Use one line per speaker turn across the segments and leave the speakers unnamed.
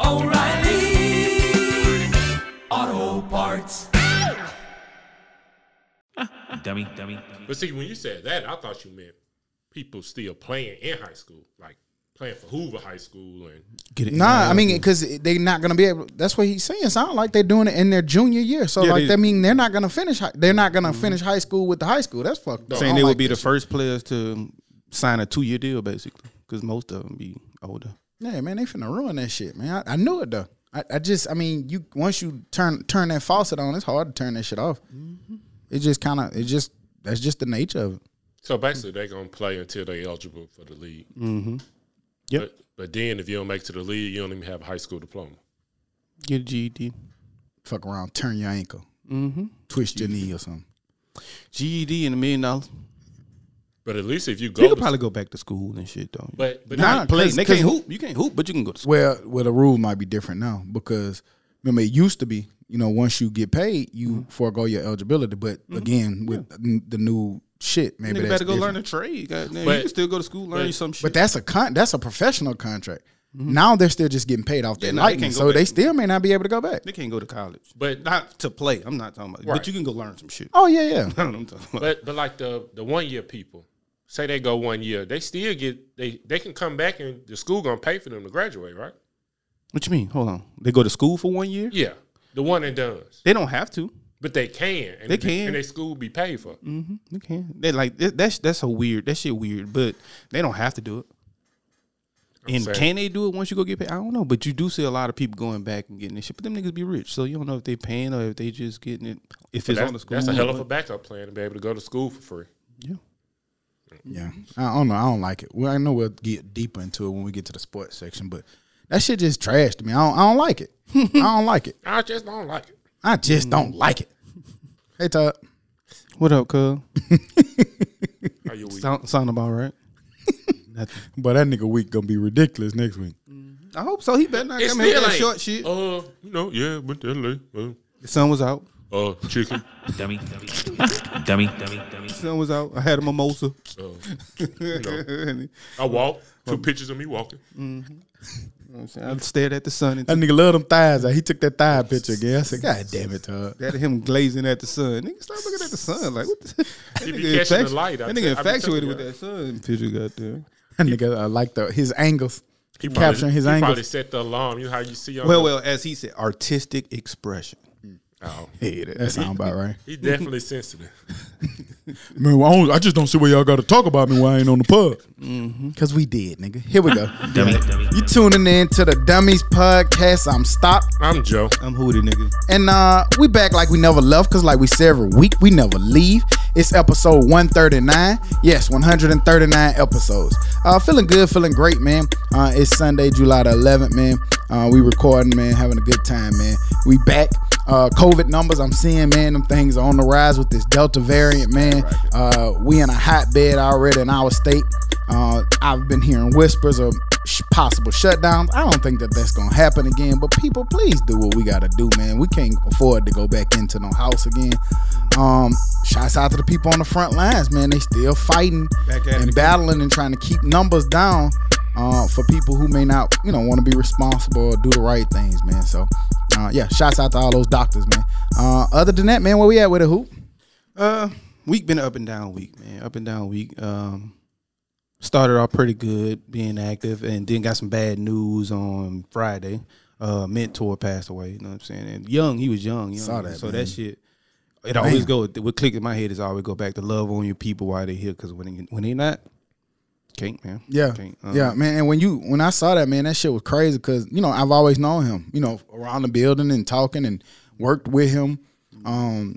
oh, oh, O'Reilly. Auto Parts.
dummy, dummy.
But see, when you said that, I thought you meant people still playing in high school, like playing for Hoover High School, and
Get it
Nah, I mean, because they're not gonna be able. That's what he's saying. Sound like they're doing it in their junior year. So
Yeah,
like
they- Mm-hmm.
that mean they're not gonna finish. High, they're not gonna finish high school with the high school. That's fucked up. I
saying
don't
they would
like
be the
this shit.
first players to sign a two year deal basically, because most of them be older.
Yeah, man, they finna ruin that shit, man. I, I knew it though. I, I just, I mean, you once you turn turn that faucet on, it's hard to turn that shit off.
Mm-hmm.
It just kind of, it just that's just the nature of it.
so basically they're gonna play until they're eligible for the league.
Mm-hmm. Yep.
But, but then if you don't make it to the league, you don't even have a high school diploma.
Get a
E
GED.
Fuck around, turn your ankle,
Mm-hmm.
twist your knee or something.
GED E and a million dollars.
But at least if you go,
You could
to-
probably go back to school and shit though.
but but
not play. They
'cause-
can't hoop. You can't hoop, but you can go to school.
Well, well, the rule might be different now because remember it used to be, you know, once you get paid, you
Mm-hmm.
forego your eligibility. But again, with n- the new shit, maybe
Nigga
that's
better go learn
different.
a trade. Goddamn.
But-
you can still go to school, learn
but-
some shit. Mm-hmm.
But that's a con- that's a professional contract. Now they're still just getting paid off
Yeah,
their
no, they
lightning,
can't go
so
back.
they still may not be able to go back.
they can't go to college.
But-
not to play. I'm not talking about.
Right.
But you can go learn some shit.
Oh yeah, yeah.
I don't know what I'm talking about.
But but like the the one year people, say they go one year, they still get they they can come back and the school gonna pay for them to graduate, right?
What you mean? Hold on. They go to school for one year.
Yeah, the one and done.
They don't have to.
But they can. And
They can.
and their school be paid for.
They can. They like that- that's that's a weird. That shit weird. But they don't have to do it. and
saying-
can they do it once you go get paid? I don't know. But you do see a lot of people going back and getting this shit. But them niggas be rich, so you don't know if they paying or if they just getting it. If it's on the
That's,
school,
that's a hell of a
or-
backup plan to be able to go to school for free.
yeah.
Yeah, I don't know. I don't like it. Well, I know we'll get deeper into it when we get to the sports section, but that shit just trash to me. I don't, I don't like it. I don't like it.
I just don't like it.
I just
Mm.
don't like it. Hey, Todd.
What up, cuz?
How you weak?
Sound, sound about right. Nothing.
But that nigga week gonna be ridiculous next week.
I hope so. He better not
It's
come here
still
with that
like,
short shit.
Uh, you know, yeah, went to LA.
The sun was out.
Uh, uh chicken.
Dummy, dummy. dummy, dummy, dummy.
The sun was out. I had a mimosa.
uh, I walked. Two pictures of me walking.
I stared at the sun and
That nigga love them thighs. Out. He took that thigh picture again. I said, God damn it, Todd.
That him glazing at the sun. Nigga, stop looking at the sun. Like what? The, that
He be
nigga,
catching the
infactu-
light. I
that
tell- I
nigga
be telling
infatuated with
y'all.
that sun picture. Got there.
That nigga uh, like the his angles. He capturing his
he
angles.
probably set the alarm. You know how you see on
Well,
the-
well, as he said, artistic expression.
Oh,
Yeah, that, that sound about right.
he definitely sensitive.
Man, I, don't, I just don't see where y'all got to talk about me while I ain't on the pub. Cause we did, nigga. Here we go.
Dummy, dummy.
You tuning in to the Dummies Podcast. I'm Stop.
I'm Joe.
I'm hootie nigga.
And uh we back like we never left, cause like we said every week, we never leave. It's episode 139. Yes, 139 episodes. Uh feeling good, feeling great, man. Uh it's Sunday, July the 11th, man. Uh we recording, man, having a good time, man. We back. Uh COVID numbers I'm seeing, man, them things are on the rise with this Delta variant, man. Uh we in a hotbed already in our state. Uh I've been hearing whispers of sh- possible shutdowns. I don't think that that's gonna happen again. But people, please do what we gotta do, man. We can't afford to go back into no house again. Um, shouts out to the people on the front lines, man. They still fighting
Back at it
and
again.
battling and trying to keep numbers down uh, for people who may not, you know, want to be responsible or do the right things, man. So, uh, yeah, shouts out to all those doctors, man. Uh, other than that, man, where we at with a hoop?
Uh, week been an up and down week, man. Up and down week. Um, started off pretty good, being active, and then got some bad news on Friday. Uh, mentor passed away. You know what I'm saying? And young, he was young. young
Saw that,
So
man.
that shit. It always go. What click in my head is I always go back to love on your people while they're here, because when they, when they not, can't man.
Yeah,
Can't, uh,
yeah, man. And when you when I saw that man, that shit was crazy because you know I've always known him, you know, around the building and talking and worked with him. Um,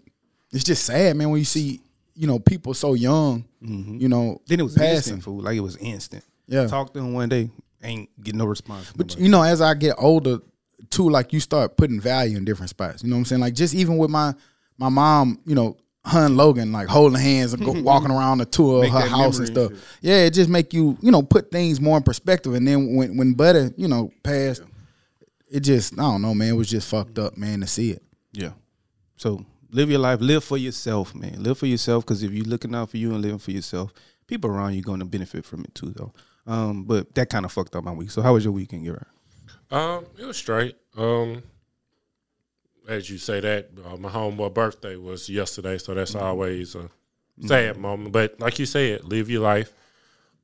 it's just sad, man, when you see you know people so young, you know,
Mm-hmm. Then it was
passing.
instant food. Like it was instant.
Yeah.
Talk to him one day, ain't get no response. from nobody.
you know, as I get older, too, like you start putting value in different spots. You know what I'm saying? Like just even with my my mom, you know, Hun Logan like holding hands and go, walking around the tour of
Make
her
that
house and
memory
stuff.
and
Yeah, it just make you you know put things more in perspective. And then when when Buddy you know passed, it just I don't know man, it was just fucked up man to see it.
Yeah. So live your life. Live for yourself, man. Live for yourself because if you're looking out for you and living for yourself, people around you going to benefit from it too, though. Um, but that kind of fucked up my week. So how was your weekend, Gerard?
Um, it was straight. Um, as you say that, uh, my homeboy birthday was yesterday, so that's
Mm-hmm.
always a sad moment. But like you said, live your life,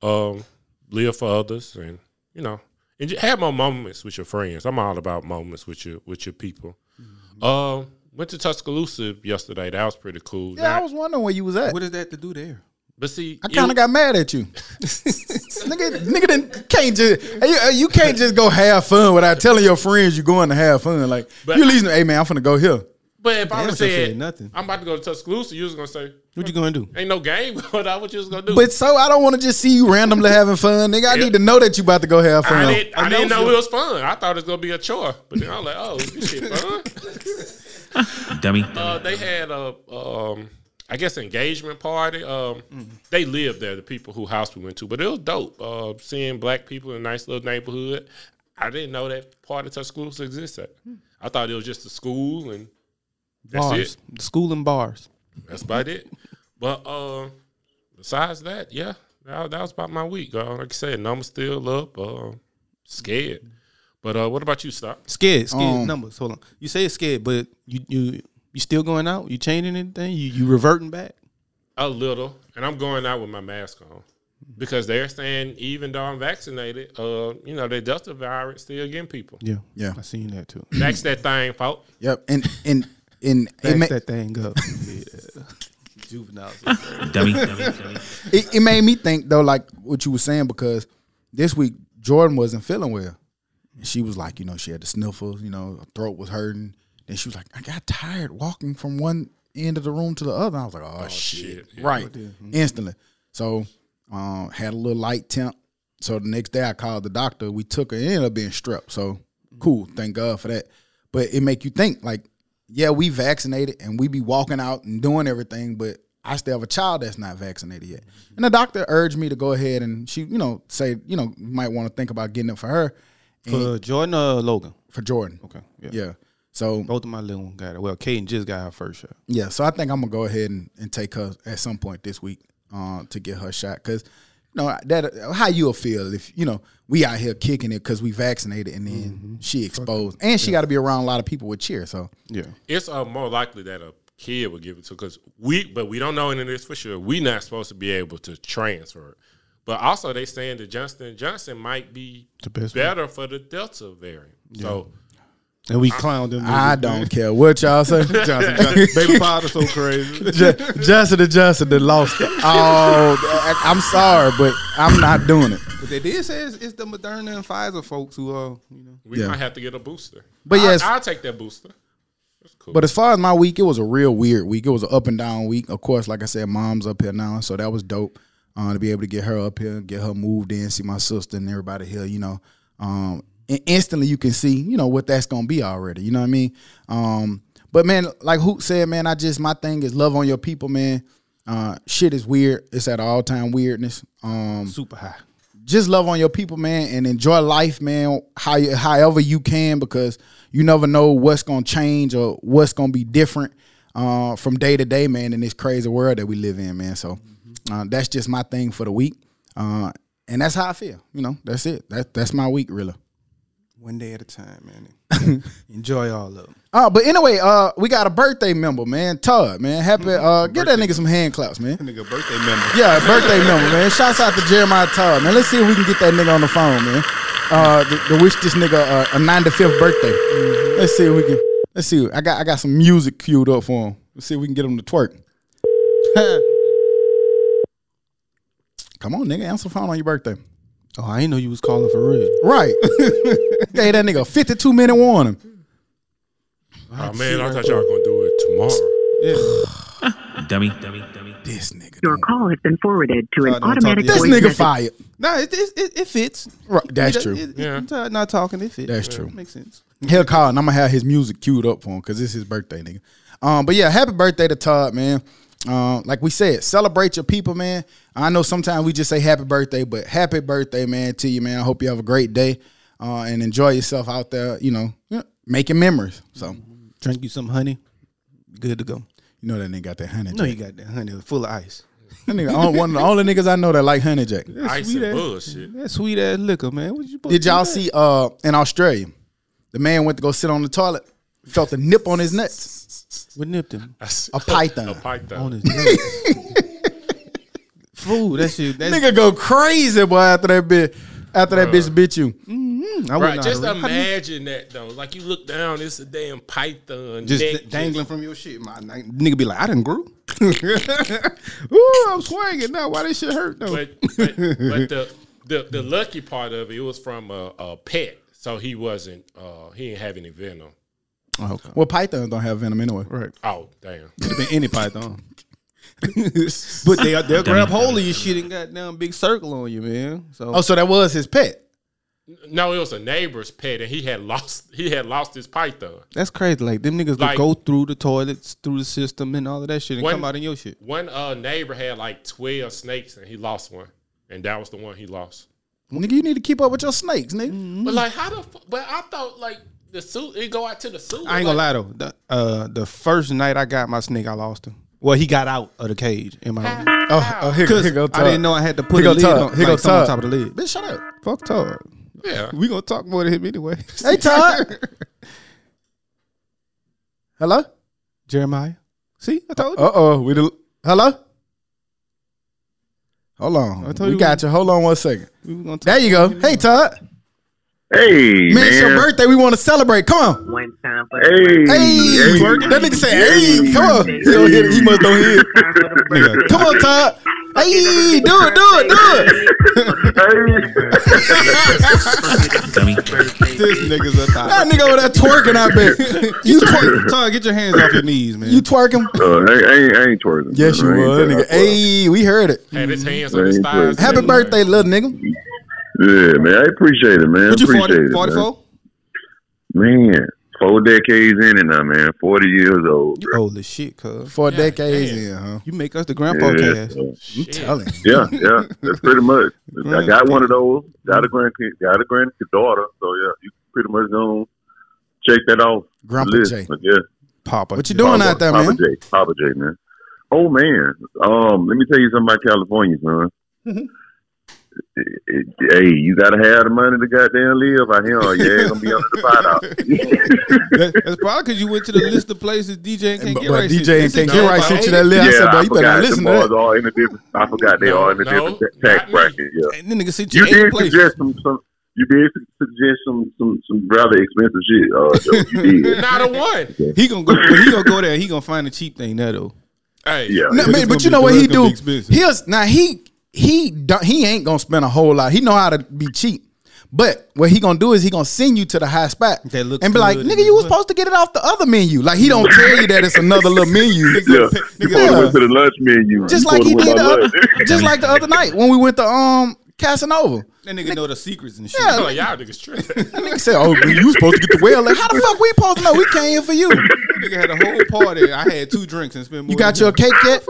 um, live for others, and you know, and you have more moments with your friends. I'm all about moments with your with your people.
Mm-hmm.
Um, went to Tuscaloosa yesterday. That was pretty cool.
Yeah, I
Now-
was wondering where you was at.
What is that to do there?
but see,
I kind of got mad at you, nigga. Nigga, didn't, can't just you, you can't just go have fun without telling your friends you're going to have fun. Like
But-
you leaving, hey man, I'm finna go here.
But if I
Damn,
would have
she
said
said nothing.
I'm about to go to Tuscaloosa, you was gonna say,
What you going to do?
"Ain't no game going on. What you was gonna do?"
But so I don't want to just see you randomly having fun, nigga. I
Yeah.
need to know that you about to go have fun.
I, did, I didn't know
you-
it was fun. I thought it was gonna be a chore, but then I was like, "Oh, this shit fun."
dummy,
Uh, they had a, um, I guess, engagement party. Um,
Mm-hmm.
They lived there, the people who house we went to, but it was dope. Uh, seeing black people in a nice little neighborhood. I didn't know that part of Tuscaloosa existed. I thought it was just a school, and that's it.
Hmm. Bars. School and bars.
That's about it. But um, besides that, yeah, that, that was about my week. Uh, like I said, numbers still up. Uh, scared.
Mm-hmm.
But uh, what about you, Stop?
Scared. Scared
Um,
numbers. Hold on. You say it's scared, but you you you still going out? You changing anything? You you reverting back?
A little, and I'm going out with my mask on because they're saying even though I'm vaccinated, uh, you know, the Delta virus still getting people.
Yeah.
Yeah.
I seen that too.
That's that thing, folks.
Yep, and and and it,
Back
ma-
that thing up. Yeah. Juveniles.
dummy, dummy, dummy.
it, it made me think though, like what you were saying, because this week Jordan wasn't feeling well. And she was like, you know, she had the sniffles, you know, her throat was hurting. Then she was like, I got tired walking from one end of the room to the other. I was like, oh, shit. Right. Instantly. So um, had a little light temp. So the next day I called the doctor. We took her. It ended up being strep. So cool. Thank God for that. But it make you think like, yeah, we vaccinated and we be walking out and doing everything, but I still have a child that's not vaccinated yet. And the doctor urged me to go ahead and she, you know, say, you know, you might want to think about getting it for her
For Jordan or Logan?
for Jordan.
Okay.
Yeah. So
Both of my little ones got it. Well, Caden just got her first shot.
yeah, so I think I'm gonna go ahead and, and take her at some point this week uh, to get her shot because you know that how you'll feel if you know we out here kicking it because we vaccinated and then she exposed and she got to be around a lot of people with cheer. So
Yeah.
It's uh, more likely that a kid would give it to because we, but we don't know any of this for sure. we not supposed to be able to transfer it. But also, they saying that Johnson Johnson might be
The best one.
better for the Delta variant. So
And we clowned him.
I don't care what y'all say. Johnson,
Baby Powder's so crazy.
Johnson and Johnson done lost it. Oh, I- I'm sorry, but I'm not doing it.
But they did say it's, it's the Moderna and Pfizer folks who are, you know.
we
Yeah.
might have to get a booster.
But
I,
yes-
I'll take that booster.
But as far as my week, it was a real weird week. It was an up and down week. Of course, like I said, mom's up here now, so that was dope. Uh, to be able to get her up here, get her moved in, see my sister and everybody here, you know. Um, and instantly you can see, you know, what that's gonna be already. You know what I mean? Um, but man, like Hoot said, man, I just my thing is love on your people, man. Uh, shit is weird. It's at all time weirdness. Um,
Super high.
just love on your people, man, and enjoy life, man. How you- however you can, because you never know what's gonna change or what's gonna be different uh, from day to day, man. In this crazy world that we live in, man. So uh, that's just my thing for the week, uh, and that's how I feel. You know, that's it. That that's my week, really.
One day at a time, man. Enjoy all of them.
Uh, but anyway, uh, we got a birthday member, man. Todd, man. Happy. Uh, give that nigga some hand claps, man.
Nigga, birthday member.
Yeah, birthday number, man. Shouts out to Jeremiah Todd, man. Let's see if we can get that nigga on the phone, man. Uh, to, to wish this nigga uh, a 95th birthday. Let's see if we can. Let's see. I got I got some music queued up for him. Let's see if we can get him to twerk. Come on, nigga, answer the phone on your birthday.
Oh, I didn't know you was calling for real.
Right. Gave that nigga a 52 minute warning.
Oh man, I thought y'all were gonna do it tomorrow.
dummy, dummy, dummy.
This nigga.
Your
don't-
call has been forwarded to
Oh,
an
don't talk to
automatic
you.
This
voice
nigga
message.
fired.
Nah, it, it, it, it fits.
Right, that's
It-
true.
It, it,
Yeah.
I'm tired of not talking. It fits.
That's true.
Makes sense.
He'll call and I'm gonna have his music queued up for him because it's his birthday, nigga. Um, but yeah, happy birthday to Todd, man. Uh, like we said, celebrate your people, man. I know sometimes we just say happy birthday, but happy birthday, man, to you, man. I hope you have a great day uh, and enjoy yourself out there, you know, you know, making memories. So,
Drink you some honey. Good to go.
you know, that nigga got that honey.
No,
Jack.
you got that honey full of ice.
That nigga, all- one of the only niggas I know that like honey jack.
Ice
sweet
and
ass-
bullshit.
That sweet ass liquor, man. What you supposed
Did
to
y'all
do
see uh in Australia? The man went to go sit on the toilet, felt a nip on his nuts.
that? We nipped him
A python.
A
on
python.
his nuts. Fool, that shit. That's,
Nigga go crazy, boy, after that bitch after that bitch bit you.
I wouldn't
Right,
know
just
how to read-
imagine that though. Like you look down, it's a damn python.
just
neck
d- dangling from your shit. My my- nigga be like, I done grew. Ooh, I'm swinging now. Why this shit hurt though?
but but, but the, the the lucky part of it, it was from a, a pet, so he wasn't uh he didn't have any venom.
Oh, okay.
Well, pythons don't have venom anyway.
Right.
Oh damn!
Could have been any python. but they they'll grab hold of your shit and got down big circle on you, man. So
Oh, so that was his pet.
No, it was a neighbor's pet, and he had lost he had lost his python.
that's crazy. Like them niggas
Like-
will go through the toilets, through the system, and all of that shit, and
One-
come out in your shit.
One uh neighbor had like twelve snakes, and he lost one, and that was the one he lost.
Nigga, you need to keep up with your snakes, nigga.
Mm-hmm. Mm.
But like, how the? fu- But I thought like the suit it go out to the suit.
I ain't gonna lie though. The, uh, the first night I got my snake, I lost him. Well, he got out of the cage in my room.
Oh, oh, here, go-
Cause
here go
I
Todd.
didn't know I had to put a
Here go
lid
Todd.
on,
Here
like,
go
something on
Todd.
top of the lid.
Bitch, shut up.
Fuck Todd.
Yeah.
We gonna talk more to him anyway.
Hey Todd. Hello?
Jeremiah. See, I told you.
Uh oh, we del- hello. Hold on,
told
we
you
got you. Hold on one second.
we were gonna talk.
There you go. Hey Todd,
Hey,
man,
man.
it's your birthday. We want to celebrate. Come on.
One time for
Hey,
the
Hey, that nigga said, "Hey, come on." He, don't hear, he must don't hear.
time for the birthday.
Come on, Todd. Hey, do it, do it, do it.
dummy,
Hey.
This nigga's a Todd.
That nigga over there twerking. I bet you twerk,
Todd, get your hands off your knees, man.
you twerking.
Uh, I, I, ain't, I ain't twerking.
Yes, you
man. I ain't
were.
twerking.
Nigga. Hey, we heard it.
Had his hands on his
Ain't
thighs.
put-
Happy
Anyway.
birthday, little nigga.
Yeah, man. I appreciate it, man.
What you
appreciate
40,
it,
44?
man. man. Four decades in and now, man. Forty years old.
You old as shit, cuz.
For decades in, huh?
You make us the grandpa
yeah,
cast.
so-
I'm telling. you.
yeah, yeah. That's pretty much. I got one of those. Got a grandkid. Got a granddaughter. So yeah, you pretty much gonna check that off. the
Grandpa
list,
J.
I guess.
Papa.
What you doing
Papa-
out there,
Papa
man?
J, Papa J, man. Oh man, um, let me tell you something about California, son.
Mm-hmm.
It- it- hey, you gotta have the money to goddamn live out here, or you ain't gonna be under the pot out.
That- That's probably because you went to the list of places DJ ain't can't
But
get right. shit.
DJ ain't
This
can't
is
get right.
Jeremiah.
Sent you that list. I said, bro, you better not
forgot
listen
the
to that.
bars all in a different. I forgot they
No,
all in a
no,
different ta-
not
tax
me.
bracket. Yeah,
And nigga sent
you
you,
did
eight places.
suggest some, some. You did su- suggest some some some rather expensive shit. Uh, Joe, you did.
Not a one.
He gonna go. He gonna go there. He gonna find a cheap thing there though.
Hey,
Yeah,
No,
It's
man,
gonna
but you
be-
know what he
it's gonna
do?
be expensive.
He's now he he don't, he ain't gonna spend a whole lot. He know how to be cheap. But what he gonna do is he gonna send you to the high spot
That looks
and be like,
good
"Nigga,
and
you was
good."
supposed to get it off the other menu." Like he don't tell you that it's another little menu.
yeah. You supposed to went to the lunch menu.
Just
You
like he did the
supposed to went
other,
to lunch.
just like the other night when we went to um Casanova.
That nigga know the secrets and shit.
I'm
Yeah,
like, y'all niggas tripping.
that nigga said, "Oh, man, you supposed to get the well." Like, how the fuck we supposed to know? We came here for you.
That nigga had a whole party. I had two drinks and spent. More
You got
than-
your cake yet?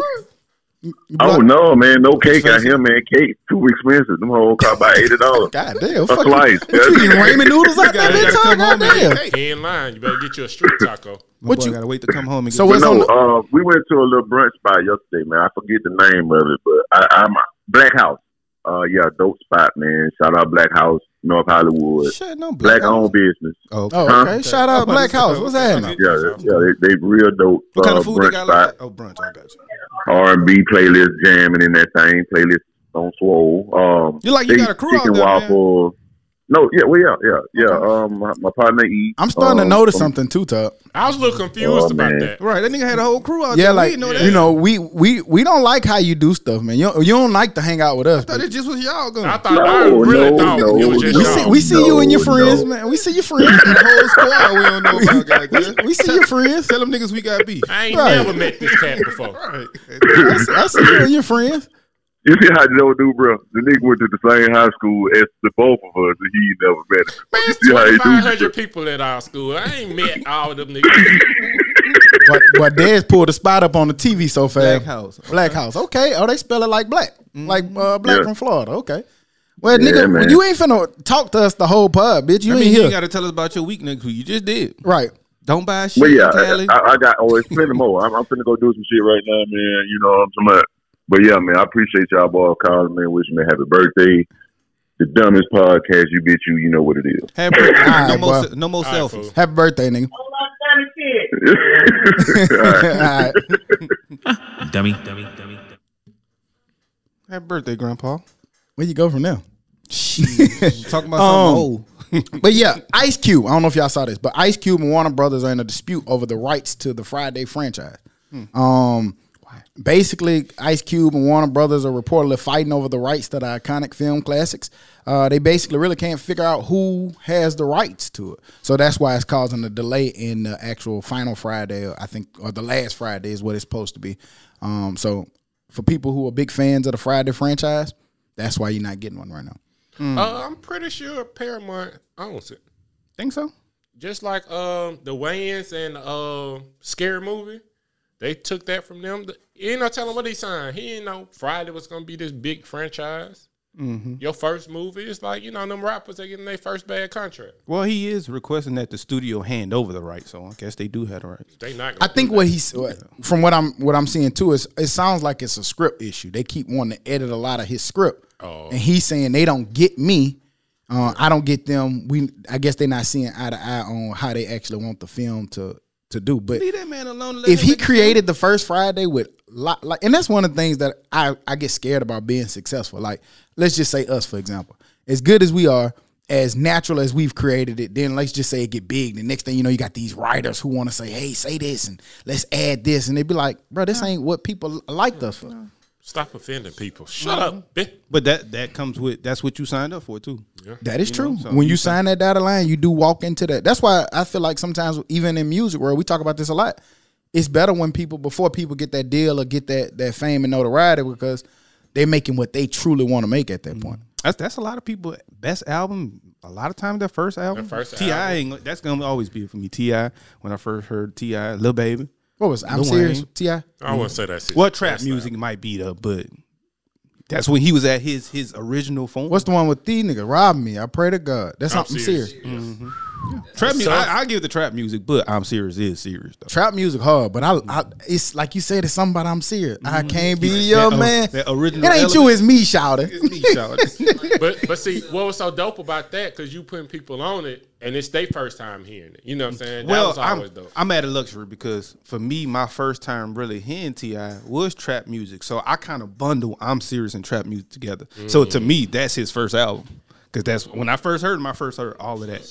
Oh no, man, no cake out
Expensive.
here, man. Cake too expensive. Them whole cost about eighty dollars.
God damn,
A
fuck you.
slice.
What you eating ramen noodles out there,
gotta-
bitch?
gotta
Huh?
come home and
Goddamn.
he in line. You better get you a street taco.
My
What
boy
you-
gotta wait to come home and get
So
so
what's
But
on
no,
the,
uh, we went to a little brunch spot yesterday, man. I forget the name of it, but I, I'm Black House. Uh, yeah, dope spot, man. Shout out Black House, North Hollywood,
shit. No
black owned business.
Oh, okay.
Oh,
Huh?
okay. Shout out Black House. What's happening?
Yeah, they- yeah, they, they real dope.
What kind
uh,
of food they
brunch
got
spot,
like that? Oh, brunch. I got you.
R and B playlist jamming in that thing. Playlist on swole. Um,
You like you
they
got a crew out
chicken
there, man.
waffle. No, yeah, well, yeah, yeah, yeah. Um, my, my partner E.
I'm starting to notice something too, Tuck.
I was a little confused
Oh,
about
man.
that.
Right, that nigga had a whole crew out
Yeah,
there.
like
we didn't know that.
you know, we we we don't like how you do stuff, man. You don't, you don't like to hang out with us.
thought
bitch.
it just was y'all going.
I
to
thought I
No,
really
no,
thought
no,
it was just
We
no.
see,
y'all.
we see you and your
no,
friends,
no.
man. We see your friends.
the whole squad we don't know about. Goddamn.
we see your friends.
Tell them niggas we got beef.
I ain't
Right.
never met this cat before.
Right.
I see, I see you and your friends.
You see how the old dude, bro? The nigga went to the same high school as the both of us, and he never met him.
Man,
You
it's
see how he do?
2,500 people at our school. I ain't met all them niggas.
but but Dez pulled a spot up on the TV so fast.
Black House.
Black House. Okay. Oh, they spell it like black, like uh, black
Yeah.
from Florida. Okay. Well,
Yeah,
nigga,
man.
you ain't finna talk to us the whole pub, bitch. You
I mean,
ain't
you
here,
ain't got to tell us about your week, nigga. Who you just did?
right?
Don't buy shit,
Well, yeah,
Cali.
I, I, I got oh, it's plenty more. I'm, I'm finna go do some shit right now, man. You know what I'm talking about. But yeah, man, I appreciate y'all, boy, calling, man. Wishing me a happy birthday. The dumbest podcast, you bitch, you, you know what it is.
Happy birthday. no,
Alright,
more,
boy.
se- no more
All right,
selfies.
fool.
Happy birthday, nigga.
All right.
All right.
dummy, dummy, dummy.
Happy birthday, Grandpa.
Where you go from there?
Talking about something
Um,
old.
But yeah, Ice Cube. I don't know if y'all saw this, but Ice Cube and Warner Brothers are in a dispute over the rights to the Friday franchise. Um, basically, Ice Cube and Warner Brothers are reportedly fighting over the rights to the iconic film classics. Uh, they basically really can't figure out who has the rights to it, so that's why it's causing a delay in the actual final Friday. I think, or the last Friday is what it's supposed to be. Um, so for people who are big fans of the Friday franchise, that's why you're not getting one right now. Hmm.
Uh, I'm pretty sure Paramount owns it.
Think so?
Just like um, the Wayans and uh, Scary Movie, they took that from them. He ain't no telling what he signed. He didn't know Friday was gonna be this big franchise.
Mm-hmm.
Your first movie, it's like you know them rappers they getting their first bad contract.
Well, he is requesting that the studio hand over the rights, so I guess they do have the rights.
They not.
I
Gonna
think what he's what- from what I'm what I'm seeing too is it sounds like it's a script issue. They keep wanting to edit a lot of his script, and he's saying they don't get me. Uh, I don't get them. We I guess they're not seeing eye to eye on how they actually want the film to to do. But
Leave that man alone. and let
if
him
he
make-
created the first Friday with lot, like, and that's one of the things that I I get scared about being successful. Like, let's just say us for example, as good as we are, as natural as we've created it, then let's just say it get big. The next thing you know, you got these writers who want to say, hey, say this and let's add this, and they'd be like, bro, this ain't what people liked us for.
stop offending people. Shut
Mm-hmm.
up, bitch.
but that that comes with that's what you signed up for too.
That is true.
so
when
you
you sign that dotted line, you do walk into that. That's why I feel like sometimes, even in music world, we talk about this a lot. It's better when people before people get that deal or get that that fame and notoriety because they're making what they truly want to make at that
Mm.
point.
That's that's a lot of people. Best album. A lot of times, their first album.
Their first
Ti
album.
ain't that's gonna always be it for me. Ti when I first heard Ti, Lil Baby.
What was I'm
Lil
serious?
Wayne.
Ti.
I wouldn't say that's it.
Well, trap music might be the but that's when he was at his his original form.
What's the one with the nigga rob me? I pray to God. That's
I'm
not I'm serious.
serious.
trap music?
Sounds-
I, I give the trap music, but I'm serious is serious though.
Trap music hard, but I, I it's like you said, it's something about I'm serious. I can't be your
That, uh,
man.
that
it ain't
original
you,
element.
it's me shouting.
but but see, what was so dope about that? Because you putting people on it, and it's their first time hearing it. You know what I'm saying? that
Well,
was
I'm,
always dope.
I'm at a luxury because for me, my first time really hearing Ti was trap music, so I kind of bundle I'm serious and trap music together. So
Mm.
to me, that's his first album because that's when I first heard him. I first heard all of that.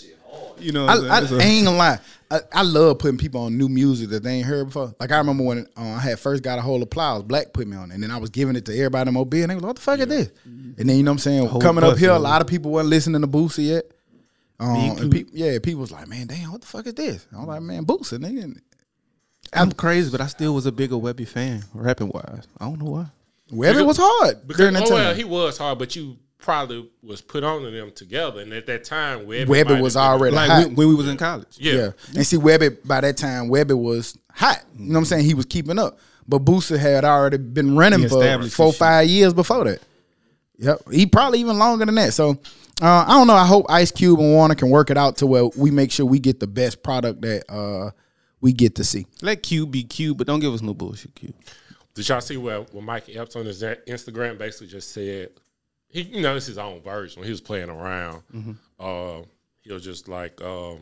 You know, what
I,
I'm
I,
saying?
I ain't gonna lie. I, I love putting people on new music that they ain't heard before. Like I remember when uh, I had first got a hold of Plows, Black put me on, it, and then I was giving it to everybody in OB, and they was like, "What the fuck is this?" And then you know what I'm saying, coming up
bus
here, a
load.
lot of people weren't listening to Boosie yet. Um, and peop- yeah, people was like, "Man, damn, what the fuck is this?" I'm like, "Man, Boosie, nigga." And
I'm, crazy, but I still was a bigger Webby fan, rapping wise. I don't know why.
Webby was hard
Because
during that
oh, well,
time.
he was hard, but you probably was put on to them together, and at that time, where
Webby
everybody-
was already
Like
hot.
when, when we was in college.
yeah.
Yeah. And see, Webby, by that time, Webby was hot. You know what I'm saying? He was keeping up. But Boosie had already been running
He
for
established
four,
his shit.
five years before that. Yep. He probably even longer than that. So uh, I don't know. I hope Ice Cube and Warner can work it out to where we make sure we get the best product that uh, we get to see.
Let Q be Q, but don't give us no bullshit Q.
Did y'all see where, where Mike Epps on his Instagram basically just said he you know it's his own version when he was playing around.
Mm-hmm.
Uh, he was just like um,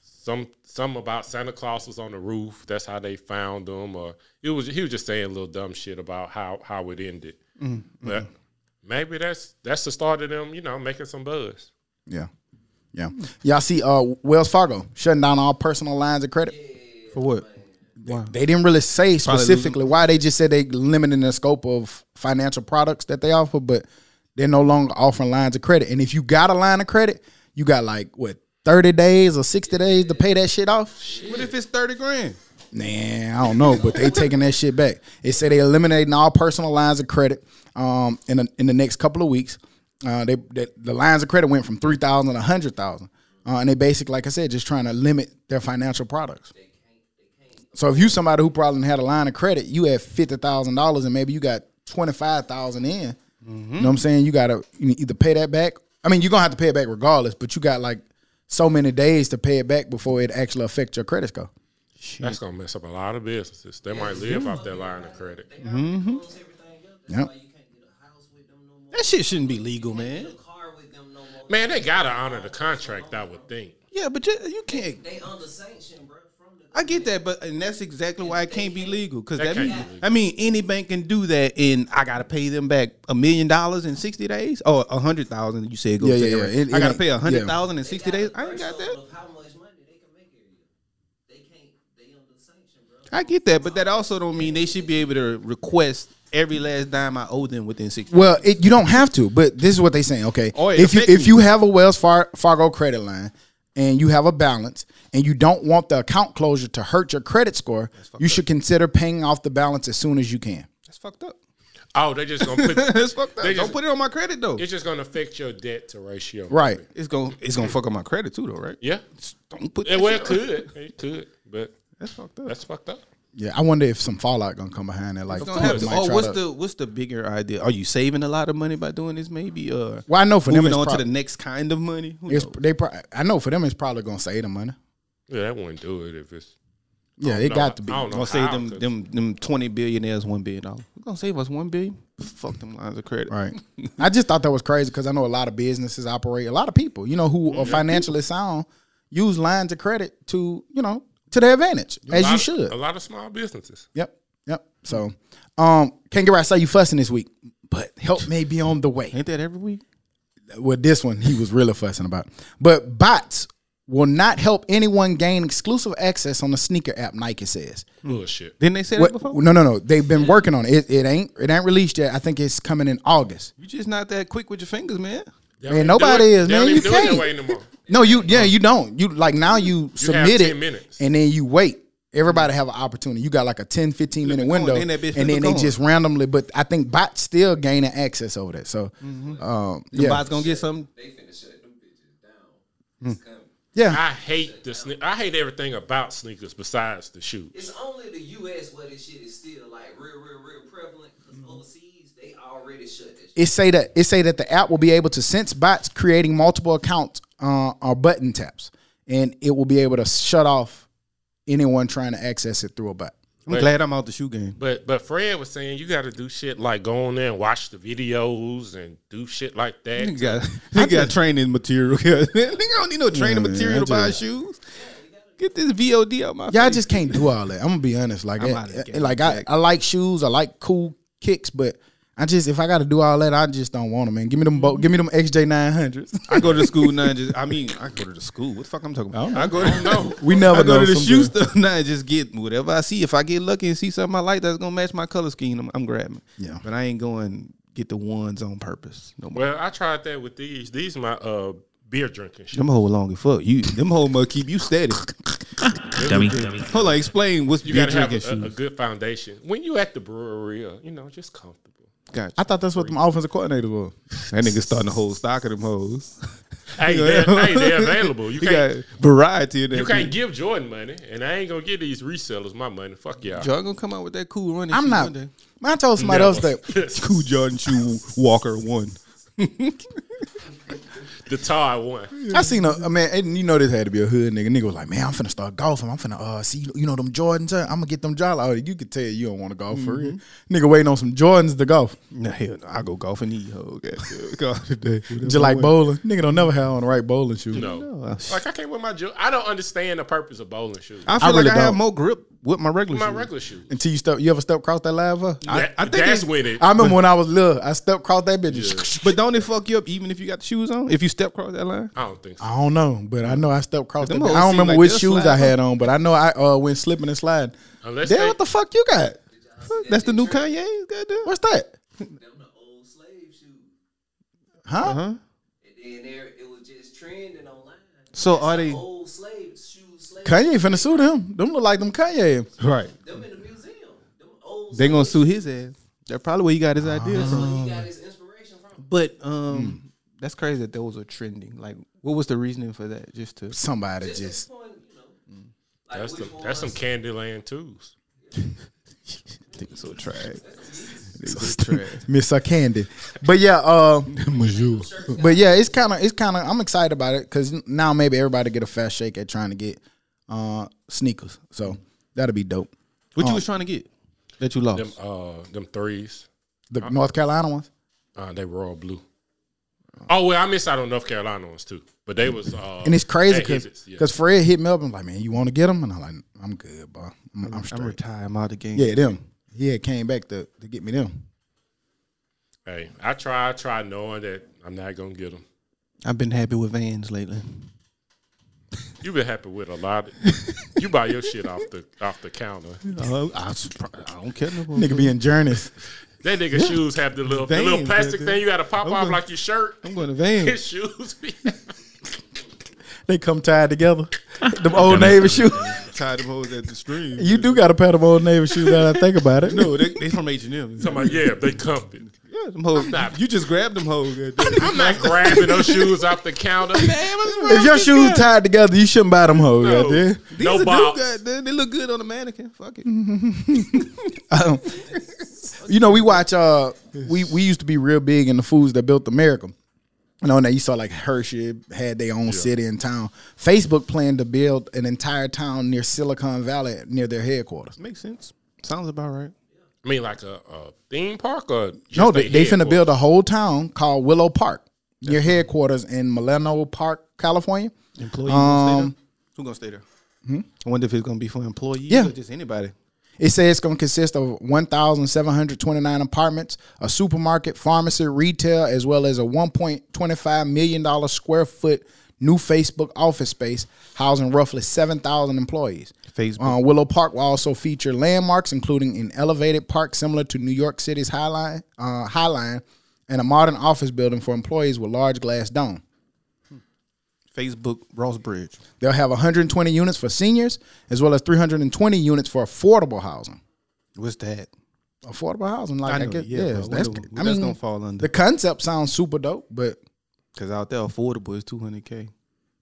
some some about Santa Claus was on the roof. That's how they found him. Or it was he was just saying little dumb shit about how how it ended.
Mm-hmm.
But maybe that's that's the start of them. You know, making some buzz.
Yeah. Yeah. Y'all see uh, Wells Fargo shutting down all personal lines of credit.
For what?
They didn't really say
losing-
specifically why. They just said they limiting the scope of financial products that they offer, but they're no longer offering lines of credit. And if you got a line of credit, you got like what thirty days or sixty days to pay that shit off.
What if it's thirty grand?
Nah, I don't know, but they taking that shit back. They said they eliminating all personal lines of credit um, in the, in the next couple of weeks. Uh, they, they the lines of credit went from three thousand to hundred thousand, uh, and they basically, like I said, just trying to limit their financial products. So if you somebody who probably had a line of credit, you had fifty thousand dollars, and maybe you got twenty five thousand in. You know what I'm saying? You gotta you need either pay that back. I mean, you're gonna have to pay it back regardless, but you got like so many days to pay it back before it actually affect your credit score.
That's gonna mess up a lot of businesses. They might live off that line of credit.
Yep.
That shit shouldn't be legal, man.
Man, they gotta honor the contract. I would think.
Yeah, but you, you can't. They under sanction, bro. I get that, but and that's exactly why it can't be legal. Because
That
that,
can't
mean,
be legal.
I mean, any bank can do that, and I gotta pay them back a million dollars in sixty days or a hundred thousand. You said go,
Yeah,
to the-
yeah, yeah. It-
I
it
gotta
ain't-
pay a
yeah.
hundred thousand in sixty days. I ain't got that. I get that, but that also don't mean they should be able to request every last dime I owe them within sixty.
Well, it, you don't have to, but this is what they saying. Okay,
Oh, it
if you
affect
if
me.
you have a Wells Far- Fargo credit line and you have a balance and you don't want the account closure to hurt your credit score, you should consider paying off the balance as soon as you can.
That's fucked up.
Oh, they just gonna put.
That's fucked up.
They
don't
just-
put it on my credit though.
it's just gonna affect your debt to ratio.
Right.
It's gonna it's gonna fuck up my credit too though, right?
Yeah.
Don't put
Yeah,
that
well,
shit
it
on-
could. It could. But
That's fucked up.
that's fucked up.
Yeah, I wonder if some fallout gonna come behind that. Like,
It's gonna have to-
people might
oh,
try
what's
to-
the what's the bigger idea? Are you saving a lot of money by doing this? Maybe uh,
Well, I know for them
moving
it's,
on
prob-
to the next kind of money. Who
it's
knows?
they. Pro- I know for them it's probably gonna save the money.
Yeah, that wouldn't do it if it's.
Yeah,
I don't
it
know.
got to be.
Oh, I don't know
gonna save
how,
them
'cause-
them them twenty billionaires one billion dollars. We're gonna save us one billion. Fuck them lines of credit.
Right. I just thought that was crazy because I know a lot of businesses operate, a lot of people, you know,
Mm-hmm.
who are financially sound use lines of credit to, you know, to their advantage, as
A
you
lot-
should.
A lot of small businesses.
Yep. Yep. So, um, can't get right. I saw you fussing this week, but help may be on the way.
Ain't that every week?
Well, this one he was really fussing about. But bots will not help anyone gain exclusive access on the sneaker app, Nike says.
Bullshit.
Didn't they say
What,
that before?
no, no, no. They've been working on it. it. It ain't it ain't released yet. I think it's coming in August.
You just not that quick with your fingers, man.
They
Man,
don't do
nobody
it-
is,
they
man.
don't
You
even do it
can't.
that way no more.
No, you yeah, you don't. You like now you, submit
10
it
minutes.
and then you wait. Everybody have an opportunity. You got like a 10, 15 minute
coin.
window.
Then that bitch
and
flip
then
a
they
coin.
just randomly, but I think bots still gaining access over that. So um yeah.
Bot's gonna get something.
yeah.
I hate the sne- I hate everything about sneakers besides the shoes.
It's only the U.S. where this shit is still like real, real, real prevalent. Because overseas, they already shut this. Shit.
It say that it say that the app will be able to sense bots creating multiple accounts uh, or button taps. And it will be able to shut off anyone trying to access it through a bot.
I'm glad I'm out the shoe game.
But but Fred was saying you got to do shit like go on there and watch the videos and do shit like that.
Nigga got, nigga got training material. nigga don't need no training
man,
material
I
to buy
just-
shoes. Get this VOD out my
Y'all
face.
just can't do all that. I'm gonna be honest. Like,
I'm
I-
outta the
I,
game.
like I, I like shoes. I like cool kicks, but I just if I got to do all that, I just don't want them. Man, give me them. Bo- give me them XJ nine hundreds.
I go to the school now and just I mean I go to the school. What the fuck I'm talking about? I, go to
We never
I go
know
to the
some
shoe
good.
store now and just get whatever I see. If I get lucky and see something I like that's gonna match my color scheme, I'm, I'm grabbing.
Yeah.
But I ain't going get the ones on purpose no more.
Well, I tried that with these. These my uh beer drinking shoes.
Them whole long as fuck. You them whole mug keep you steady.
Dummy. Dummy.
Hold on, explain what's
You
beer
got to have
drinking
a, a
shoes.
good foundation when you at the brewery. Or, you know, just comfortable.
Gotcha.
I thought that's what them offensive coordinators were.
That nigga starting a whole stock of them hoes.
Hey, they're, hey, they're available. You
You
can't
got variety in there.
you can't give Jordan money, and I ain't gonna give these resellers my money. Fuck y'all.
Jordan gonna come out with that cool running.
I'm
shoe
not.
one day.
Man, I told somebody else that
cool Jordan shoe Walker one.
the tie one.
I seen a, a man, and you know this had to be a hood nigga. Nigga was like, man, I'm finna start golfing. I'm finna uh see you know them Jordans. uh, I'm gonna get them Jordans. Oh, you could tell you don't want to golf for real.
Mm-hmm.
Nigga waiting on some Jordans to golf.
No, hell no. I go golfing these hoes. goddamn. God, today.
Just like bowling. Nigga don't never have on the right bowling shoes.
No, like I can't wear my. Jo- I don't understand the purpose of bowling shoes.
I feel
I really
like I have
don't.
more grip with my regular
my
shoes.
regular shoes.
Until you step, you ever step across that live? huh?
That-
I think
that's
it-
when it.
I remember when I was little, I stepped across that bitch.
But don't it fuck you up even if you got the shoes on? If you step across that line?
I don't think so.
I don't know, but I know I stepped across that
Them
bitch.
hoes
I don't
seem
remember
like
which
they'll
shoes
slide
I had on, but I know I uh, went slipping and sliding.
Unless
Damn,
they,
what the fuck you got?
That's the new Kanye? Goddamn.
What's that?
Them the old slave shoes,
Huh?
Uh-huh.
and then there it was just trending online.
So are they
Old slave shoes, slave.
Kanye finna sue them. Them look like them Kanye.
right?
Them in the museum. Them old.
They gonna sue his ass. That's probably where he got his ideas
That's where
Mm.
from.
he got his inspiration from.
Uh-huh. But um, that's crazy that those are trending. Like, what was the reasoning for that? Just to
Somebody
Just
just
point, you know.
Mm.
Like,
That's the,
which
that's some
ones-
Candyland twos.
Niggas so trash.
Niggas are trash.
Miss uh, Candy. But yeah, uh,
Bonjour.
but yeah, it's kind of it's kind of I'm excited about it because now maybe everybody get a fast shake at trying to get uh, sneakers. So that'll be dope.
What you was trying to get that you lost?
Them uh them threes.
The North Carolina ones.
Uh, they were all blue. Oh well, I missed out on North Carolina ones too. But they was uh,
And it's crazy
that
because
Higgins, yeah.
Fred hit me up and like, man, you want to get them? And I'm like, I'm good, bro. I'm, I'm
I'm
straight.
retired. I'm out of the game.
yeah, them. He had came back to, to get me them.
hey, I try I try knowing that I'm not gonna get them.
I've been happy with Vans lately.
You been happy with a lot. Of, you buy your shit off the off the counter.
Uh, I, was pr- I don't care no more.
Nigga be in journeys.
That nigga shoes have the little the little
Vans,
plastic
nigga.
thing you got to pop
I'm
off
gonna-
like your shirt.
I'm going to Vans.
His shoes. be-
They come tied together. Them old Navy shoes.
Tied them hoes at the stream.
You do got a pair of old Navy shoes now that I think about it.
No, they, they from H and M.
I'm like, yeah, they comfy.
Yeah, them hoes.
not-
You just grabbed them hoes. goddamn.
I'm not grabbing those shoes off the counter.
If your shoes tied together, you shouldn't buy them hoes.
No.
goddamn.
These
No
are
box.
dude goddamn. They look good on the mannequin. Fuck it.
Um, you know, we watch. Uh, we we used to be real big in the foods that built America. You know, now you saw like Hershey had their own city and town. Facebook planned to build an entire town near Silicon Valley near their headquarters.
Makes sense. Sounds about right.
I mean, like a, a theme park or just
no, they,
a
they finna
headquarters?
build a whole town called Willow Park near headquarters in Milano Park, California.
Employees gonna
Um,
stay there. Who gonna stay there? I wonder if it's gonna be for employees
Hmm? Yeah.
or just anybody.
It says it's going to consist of 1,729 apartments, a supermarket, pharmacy, retail, as well as a $1.25 million square foot new Facebook office space housing roughly 7,000 employees.
Facebook.
Uh, Willow Park will also feature landmarks, including an elevated park similar to New York City's Highline, uh, Highline and a modern office building for employees with large glass dome.
Facebook Ross Bridge.
They'll have 120 units for seniors, as well as 320 units for affordable housing.
What's that?
affordable housing. Like I,
I know,
guess,
yeah,
yeah,
but
that's,
what
that's,
do-
I
that's
mean,
gonna fall under.
The concept sounds super dope, but
Because out there, affordable is two hundred k.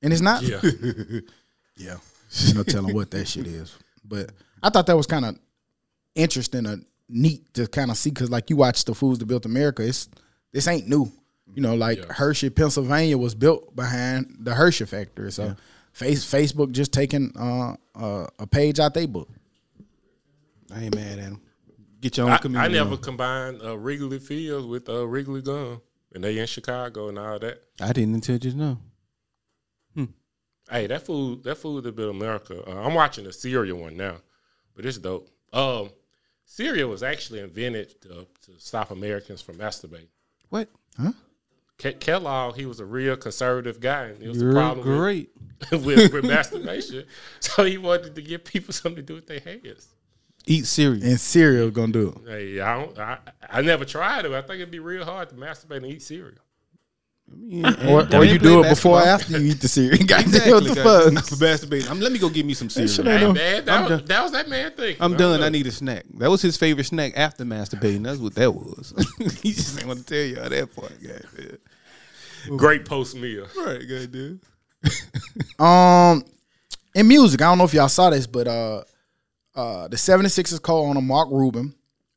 and it's not.
Yeah.
yeah, Ain't no telling what that shit is. But I thought that was kind of interesting or neat to kind of see because, like, you watch the Foods that Built America. It's this ain't new. You know, like Hershey, Pennsylvania was built behind the Hershey factory. So, face, Facebook just taking uh, uh, a page out they book.
I ain't mad at him. Get your own
I, I
community.
never combined uh, Wrigley Field with uh, Wrigley Gun, and they in Chicago and all that.
I didn't until just now.
Hey, that food, that food that built America. Uh, I'm watching the Syria one now, but it's dope. Um, Syria was actually invented to, to stop Americans from masturbating.
What?
Ke- Kellogg, he was a real conservative guy, and it was a
You're
problem with-
great.
with, with masturbation. So he wanted to give people something to do with their hands.
Eat cereal.
And cereal gonna do it.
Hey, I don't. I, I never tried it. but I think it'd be real hard to masturbate and eat cereal.
Yeah,
Or,
and-
or
and
you
play
do it before
basketball.
or after you eat the cereal. Goddamn,
Exactly,
what the
goddamn.
fuck?
Masturbating. I'm- let me go get me some cereal.
ain't
Hey,
no-
man,
I'm
that was,
done.
that was that man thing.
I'm done. I need a snack. That was his favorite snack after masturbating. That's what that was. he just ain't want to tell y'all that part, goddamn.
great post meal.
Right, goddamn.
Um, in music, I don't know if y'all saw this, but uh, uh, the 76ers co owner Mark Rubin,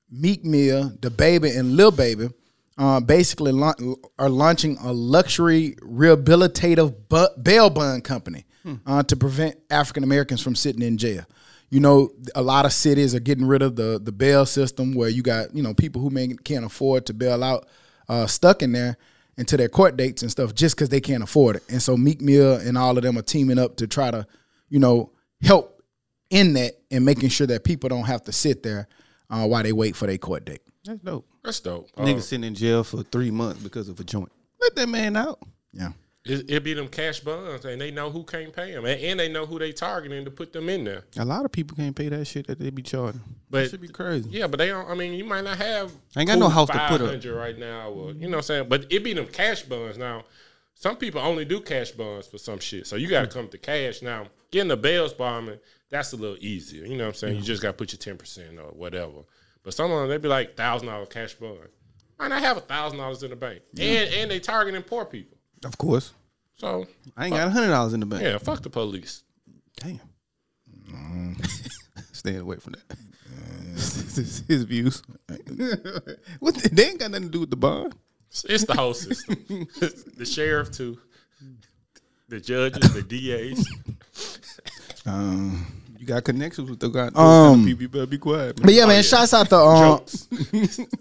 Meek Mill, The Baby, and Lil Baby, uh, basically laun- are launching a luxury rehabilitative bu- bail bond company uh, to prevent African Americans from sitting in jail. You know, a lot of cities are getting rid of the the bail system where you got you know people who may, can't afford to bail out uh, stuck in there until their court dates and stuff just because they can't afford it. And so Meek Mill and all of them are teaming up to try to, you know, help in that and making sure that people don't have to sit there uh, while they wait for their court date.
That's dope.
That's dope.
Nigga sitting in jail for three months because of a joint. Let that man out.
Yeah.
It, it be them cash bonds, and they know who can't pay them, and, and they know who they targeting to put them in there.
A lot of people can't pay that shit that they be charging. But
But-
that should be crazy.
Yeah, but they don't. I mean, you might not have.
Ain't got no house to put up.
500 right now. Or, you know what I'm saying? But it be them cash bonds now. Some people only do cash bonds for some shit, so you
Hmm.
got to come to cash now. Getting the bails bombing, that's a little easier. You know what I'm saying? You just got to put your ten percent or whatever. But some of them they be like thousand dollar cash bond. Might not have a thousand dollars in the bank, and and they targeting poor people.
Of course.
So
I ain't got a hundred dollars in the bank.
yeah, fuck the police.
Damn.
Mm.
Staying away from that. His views. what the- they ain't got nothing to do with the bond.
It's, it's the whole system. the sheriff too. The judges, the DAs.
You got connections with the guy. those kind
Um,
of people. You better be quiet. Man.
But yeah, man, shouts out to
Uh,
um,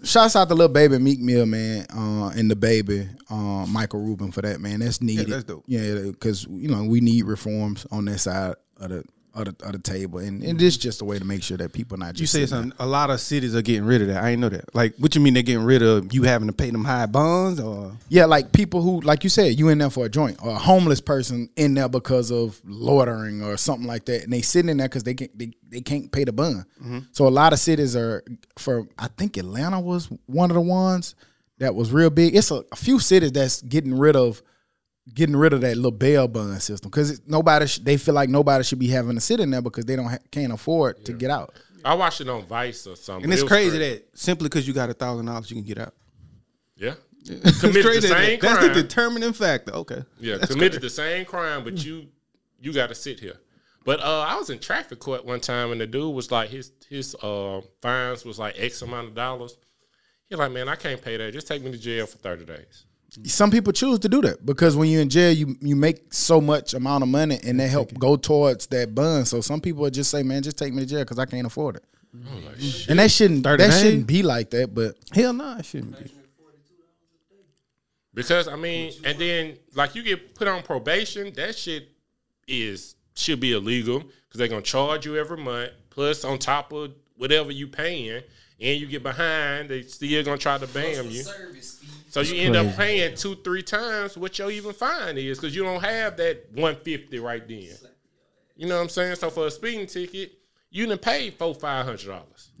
shouts out to little baby Meek Mill, man, uh, and the baby uh, Michael Rubin for that, man. That's needed.
that's dope.
Yeah, because you know we need reforms on that side of the of the, of the table, and, and this is just a way to make sure that people not just
You say
sitting
something. A lot of cities are getting rid of that. I ain't know that. Like, what you mean they're getting rid of you having to pay them high bonds or
Yeah, like people who, like you said, you in there for a joint, or a homeless person in there because of loitering or something like that, and they sitting in there because they can't they, they can't pay the bun. So a lot of cities are for. I think Atlanta was one of the ones that was real big. It's a, a few cities that's getting rid of getting rid of that little bail bun system because nobody sh- they feel like nobody should be having to sit in there because they don't ha- can't afford to get out.
I watched it on Vice or something.
And
It
it's
was
crazy that simply because you got a thousand dollars, you can get out.
yeah,
It's
committed the
crazy that-
same
that's
crime.
the determining factor. Okay.
yeah, committed the same crime, but you you got to sit here. But uh, I was in traffic court one time, and the dude was like, his his uh, fines was like X amount of dollars. He's like, man, I can't pay that. Just take me to jail for thirty days.
some people choose to do that because when you're in jail, you you make so much amount of money and that help go towards that bun. So some people just say, "Man, just take me to jail because I can't afford it." and that shouldn't that
39?
shouldn't be like that. But
Hell no, nah, it shouldn't be.
Because I mean, and then like you get put on probation, that shit is should be illegal because they're gonna charge you every month. Plus, on top of whatever you paying, and you get behind, they still gonna try to bam you.
Service fee.
So you end up paying two, three times what your even fine is because you don't have that one fifty right then. You know what I'm saying? So for a speeding ticket, you done paid four, five hundred dollars.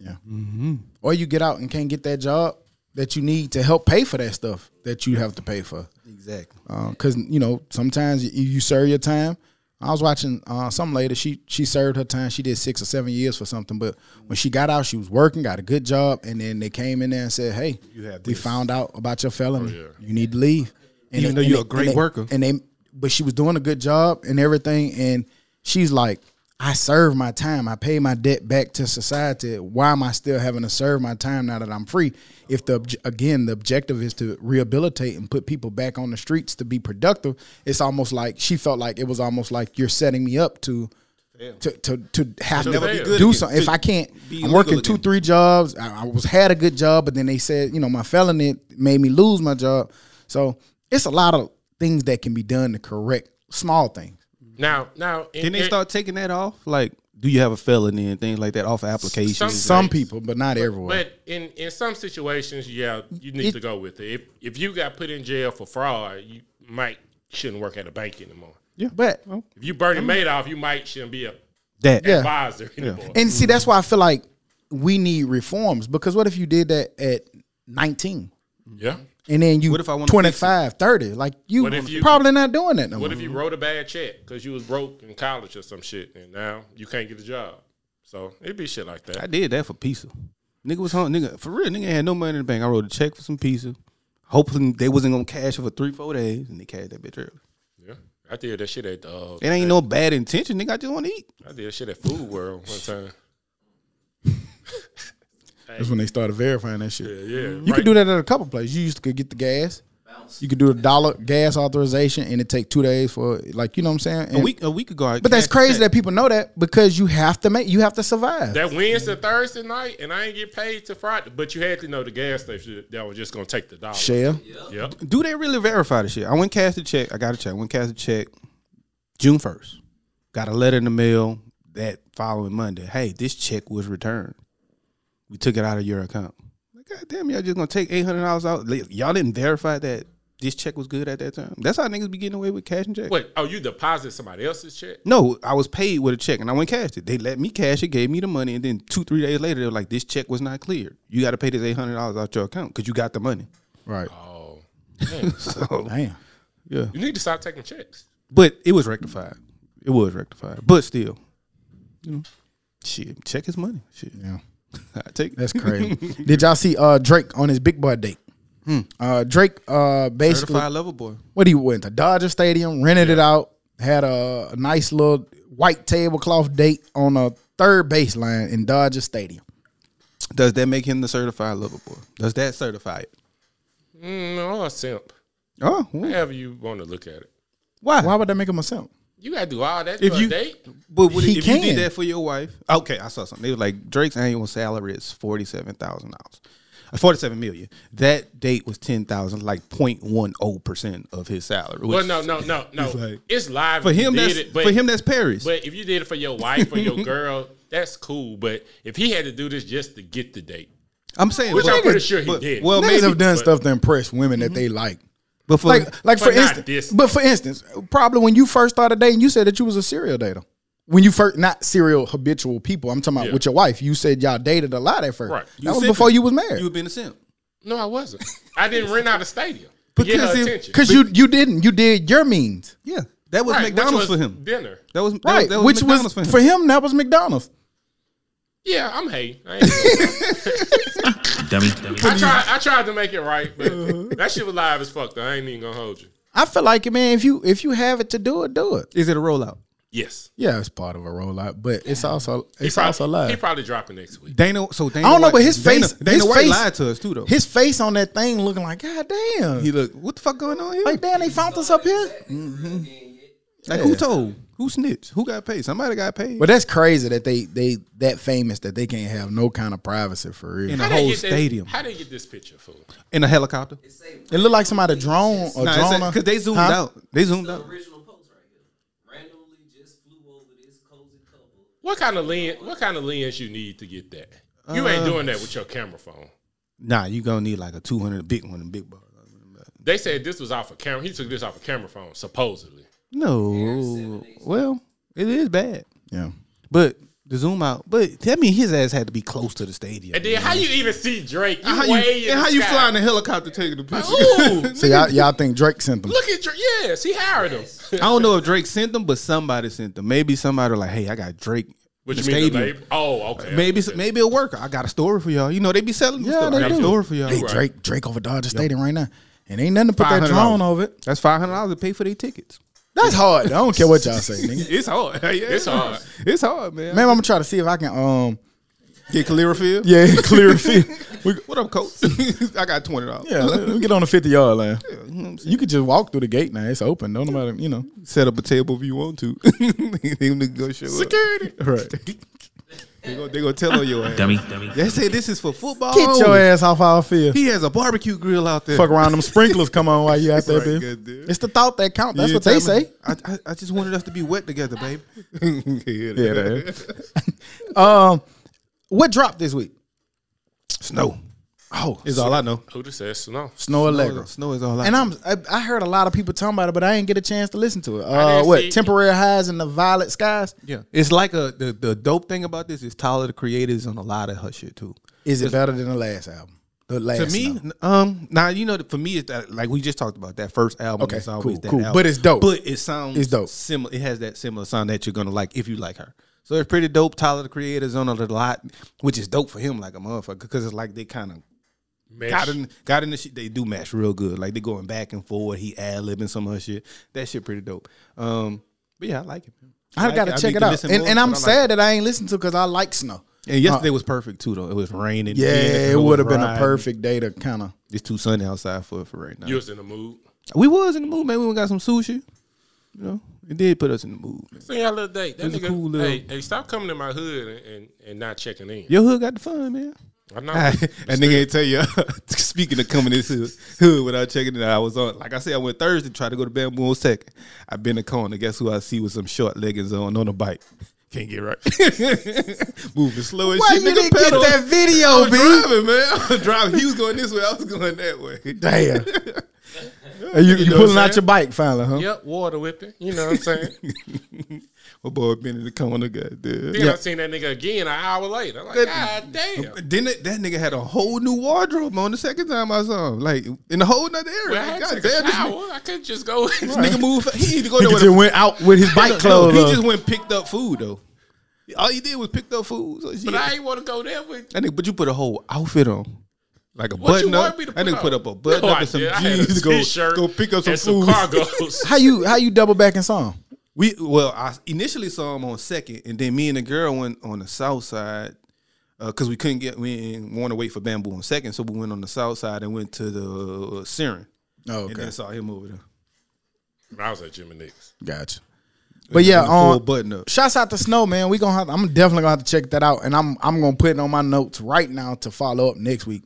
or you get out and can't get that job that you need to help pay for that stuff that you have to pay for.
Exactly.
because you know sometimes you, you serve your time. I was watching uh, some lady. She she served her time. She did six or seven years for something. But when she got out, she was working, got a good job, and then they came in there and said, "Hey, we found out about your felony. You need to leave." And
Oh, Even
they-
though you're a
and they-
great
and they-
worker.
and they but she was doing a good job and everything. And she's like, "I served my time. I paid my debt back to society. Why am I still having to serve my time now that I'm free? If the obj- again the objective is to rehabilitate and put people back on the streets to be productive, it's almost like she felt like it was almost like you're setting me up to." To, to, to have to,
never be good
do
again.
something. If
To
I can't,
be
I'm working
legal
two,
again.
three jobs. I, I was had a good job, but then they said, you know, my felony made me lose my job. So it's a lot of things that can be done to correct small things.
Now, now,
Then they start taking that off. Like, do you have a felony and things like that off applications?
Some-
Some people, but not everyone.
But in, in some situations, yeah, you need
It-
to go with it. If if you got put in jail for fraud, you might shouldn't work at a bank anymore.
yeah,
But,
If you Bernie Madoff, you might shouldn't be a
that
Yeah.
advisor anymore.
and see, that's why I feel like we need reforms because what if you did that at 19
Yeah.
and then you
What if I wanna fix it?
25, 30? Like you,
What if you-
probably not doing that no more.
What if you wrote a bad check because you was broke in college or some shit, and now you can't get a job? So it'd be shit like
I
that.
did that for pizza. Nigga was home. Nigga for real. Nigga had no money in the bank. I wrote a check for some pizza. Hopefully they wasn't gonna cash it for three, four days, and they cashed that bitch early.
Yeah, I did that shit at uh,
It ain't no bad intention, nigga. I just want to eat.
I did that shit at Food World one time.
That's when they started verifying that shit.
Yeah, yeah.
You could do that at a couple places. You used to could get the gas. You could do a dollar gas authorization, and it take two days for like you know what I'm saying.
A
And-
week, a week ago. I
but that's
cashed the check.
crazy that people know that because you have to make you have to survive.
That Wednesday, Thursday night, and I ain't get paid till Friday. But you had to know the gas station that was just gonna take the dollar.
Shell.
Yep.
Do they really verify the shit? I went cash the check. I got a check. I went cash the check June first. Got a letter in the mail that following Monday. Hey, this check was returned. We took it out of your account. Like, God damn, y'all just gonna take eight hundred dollars out? Like, Y'all didn't verify that this check was good at that time. That's how niggas be getting away with cash and check.
Wait, oh, you deposit somebody else's check?
No, I was paid with a check and I went cashed it. They let me cash it, gave me the money, and then two, three days later, they were like, "This check was not cleared. You got to pay this eight hundred dollars out your account because you got the money."
Right.
Oh,
So
Damn.
you need to stop taking checks.
But it was rectified. It was rectified. But still, you know, shit, check his money. Shit,
Yeah.
I take it.
That's crazy. Did y'all see uh, Drake on his big boy date?
Hmm.
Uh, Drake uh, basically
certified lover boy.
what he went to Dodger Stadium, rented it out, had a, a nice little white tablecloth date on a third baseline in Dodger Stadium.
Does that make him the certified lover boy? Does that certify it?
Mm, no, a simp.
Oh,
However you want to look at it.
Why?
why would that make him a simp?
You got to do all that
If
for
you-
a date.
But would
He
if you
can.
did that for your wife, okay, I saw something. They were like Drake's annual salary is forty seven thousand dollars, forty seven million. That date was ten thousand, like 0.10 percent of his salary. which-
Well, no, no, no, no.
It's like-
it's live
for
if you
him
did
that's
it, but-
for him that's Paris.
But if you did it for your wife or your girl, that's cool. But if he had to do this just to get the date,
I'm saying,
which
but-
I'm pretty sure he
but-
did.
Well,
Niggas
maybe,
have done
but-
stuff to impress women that they like.
but for,
Like, like for
but not
instance,
this.
but for instance, probably when you first started dating, you said that you was a serial dater. When you first, not serial habitual people, I'm talking about
Yeah.
with your wife. You said y'all dated a lot at first.
Right.
That was
simply-
before you was married.
you have been a simp.
no, I wasn't. I didn't rent out a stadium to get
Because
her
if-
attention.
Cause you you didn't you did your means
Yeah, that was
Right, which
McDonald's
was
for him.
Dinner.
That was that was-
right,
that was
which was
McDonald's
for him that was McDonald's.
Yeah, I'm hating. I, ain't gonna-
dummy, dummy.
I tried. I tried to make it right,
Uh-huh.
but that shit was live as fuck. Though. I ain't even gonna hold you.
I feel like man, if you if you have it to do it, do it.
Is it a rollout?
Yes,
Yeah, it's part of a rollout, but it's also
He
it's
prob-
also live.
He probably dropping next week.
Dana, so Dana
I don't know,
White-
but his
Dana-
face-
Dana
his
White
face-
lied to us too, though.
His face on that thing looking like God damn.
he looked, what the fuck going on here?
like damn, they found us up here.
Like who told? Who snitched? Who got paid? Somebody got paid.
But that's crazy that they they that famous that they can't have no kind of privacy for real.
in
How
a
they
whole
get that-
stadium.
How they get this picture, fool?
in a helicopter.
It looked like somebody drone or drone.
Because they zoomed
Huh?
out. They zoomed
The
out.
original post right here. Randomly just flew over this cozy couple.
What kind of lens? What kind of lens you need to get that? You
Uh,
ain't doing that with your camera phone.
Nah, you gonna need like a two hundred big one, big bar.
They said this was off a camera. He took this off a camera phone, supposedly.
No, well, it is bad,
Yeah.
but the zoom out. But I mean, his ass had to be close to the stadium.
And then how you even see Drake? You
And
way in
and
the
Mm. how you
sky.
fly in a helicopter taking the picture?
Ooh,
So y'all, y'all think Drake sent them?
look at Drake. Yes, he hired him.
I don't know if Drake sent them, but somebody sent them. Maybe somebody like, hey, I got Drake.
Which
in
means
the
the
stadium.
label. Oh, okay.
Maybe maybe a worker. I got a story for y'all. You know they be selling. them
Yeah,
stuff.
they
I got
do.
a story for y'all.
Hey,
Right.
Drake Drake over Dodger Stadium right now, and ain't nothing to put that
$500.
drone over it.
That's five hundred dollars to pay for their tickets.
That's hard. I don't care what y'all say, nigga.
It's hard. it's
hard.
It's hard, man.
Man, I'm gonna try to see if I can um
Get Calerifield.
yeah clear a field.
What up, coach? I got twenty dollars.
Yeah, let me get on the fifty yard line. You could just walk through the gate now. It's open. Don't nobody, you know.
Set up a table if you want to. they gonna go show Security. Right. they gonna they gonna tell on your ass.
Dummy, dummy.
They say this is for football.
Get your ass off our field.
Oh. He has a barbecue grill out there.
Fuck around them sprinklers come on while you out there,
Right,
bitch.
good dude.
It's the thought that count. That's
You
what they
tell me-
say.
I, I, I just wanted us to be wet together, babe.
Yeah, that is. um, what dropped this week?
Snow
Oh,
is all I know.
Who just said snow?
Snow Allegra.
Snow is all I.
And
know.
I'm I, I heard a lot of people talking about it, but I didn't get a chance to listen to it. Uh,
didn't
what
see-
temporary highs in the violet skies?
yeah, it's like a the, the dope thing about this is Tyler the Creator is on a lot of her shit too.
Is it better than the last album? The last
to me,
Snow.
n- um, now you know, for me, it's that like we just talked about that first album.
Okay,
is always
cool,
that
cool.
album.
But it's dope.
But it sounds
It's dope.
Similar, it has that similar sound that you're gonna like if you like her. So it's pretty dope. Tyler the Creator's on a lot, which is dope for him, like a motherfucker, because it's like they kind of
Mesh.
got in, got in the shit. They do match real good. Like they going back and forward. He ad libbing some of her shit. That shit pretty dope. Um, but yeah, I like it.
I
like
gotta
I
check
need
it
to
out,
listen
and,
more,
and
but I
I'm
like
sad that I ain't listened to because I like Snow.
And yesterday was perfect too, though. It was raining.
Yeah,
and
it
was
would have been a
riding.
perfect day to kind of.
It's too sunny outside for for right now.
You was in the mood.
We was in the mood, man. We went and got some sushi. You know, it did put us in the mood. man.
See y'all little date. That
It's a
nigga,
cool little-
hey, hey, stop coming to my hood and, and, and not checking in.
Your hood got the fun, man.
I know.
that nigga ain't tell you. Speaking of coming in his hood without checking it out, I was on. Like I said, I went Thursday try to go to Bamboo on second. I been a corner. Guess who I see with some short leggings on on a bike? Can't get right. Moving slow as
Why
shit.
you
nigga,
didn't get
pedal.
that video,
I was
B?
driving, man. I was driving. He was going this way. I was going that way.
Damn. Are you, you
know what
pulling
I'm
out your bike finally, huh?
Yep, water whipping. You know what I'm saying?
My boy been in the corner. Goddamn.
then I seen that nigga again an hour later. I'm like, God damn.
But Then that, that nigga had a whole new wardrobe on the second time I saw him, like in a whole nother area.
Well, I
Like,
had
God
to
damn,
take a
this nigga,
shower. I could just go.
this nigga moved. He need to go
He
there with
just
a
went out with his bike
No,
clothes
He
on.
just went and picked up food though. All he did was picked up food. So shit.
But I ain't want to go there with.
that nigga, but you put a whole outfit on. Like a
What
button
you want
up.
me to
That
put
nigga put
on?
up a button
No,
up
I
and some
did. I had a
jeans to go,
t-shirt
go pick up some
and some
food.
cargos.
How you how you double back in song?
We well, I initially saw him on second, and then me and the girl went on the south side because we couldn't get we didn't want to wait for bamboo on second, so we went on the south side and went to the Siren,
Oh,
and
okay.
then saw him over there.
I was at Jimmy Nick's.
Gotcha. But yeah,
With
um,
the full
on
button up.
Shouts out to Snow, man. We gonna have. I'm definitely gonna have to check that out, and I'm I'm gonna put it on my notes right now to follow up next week.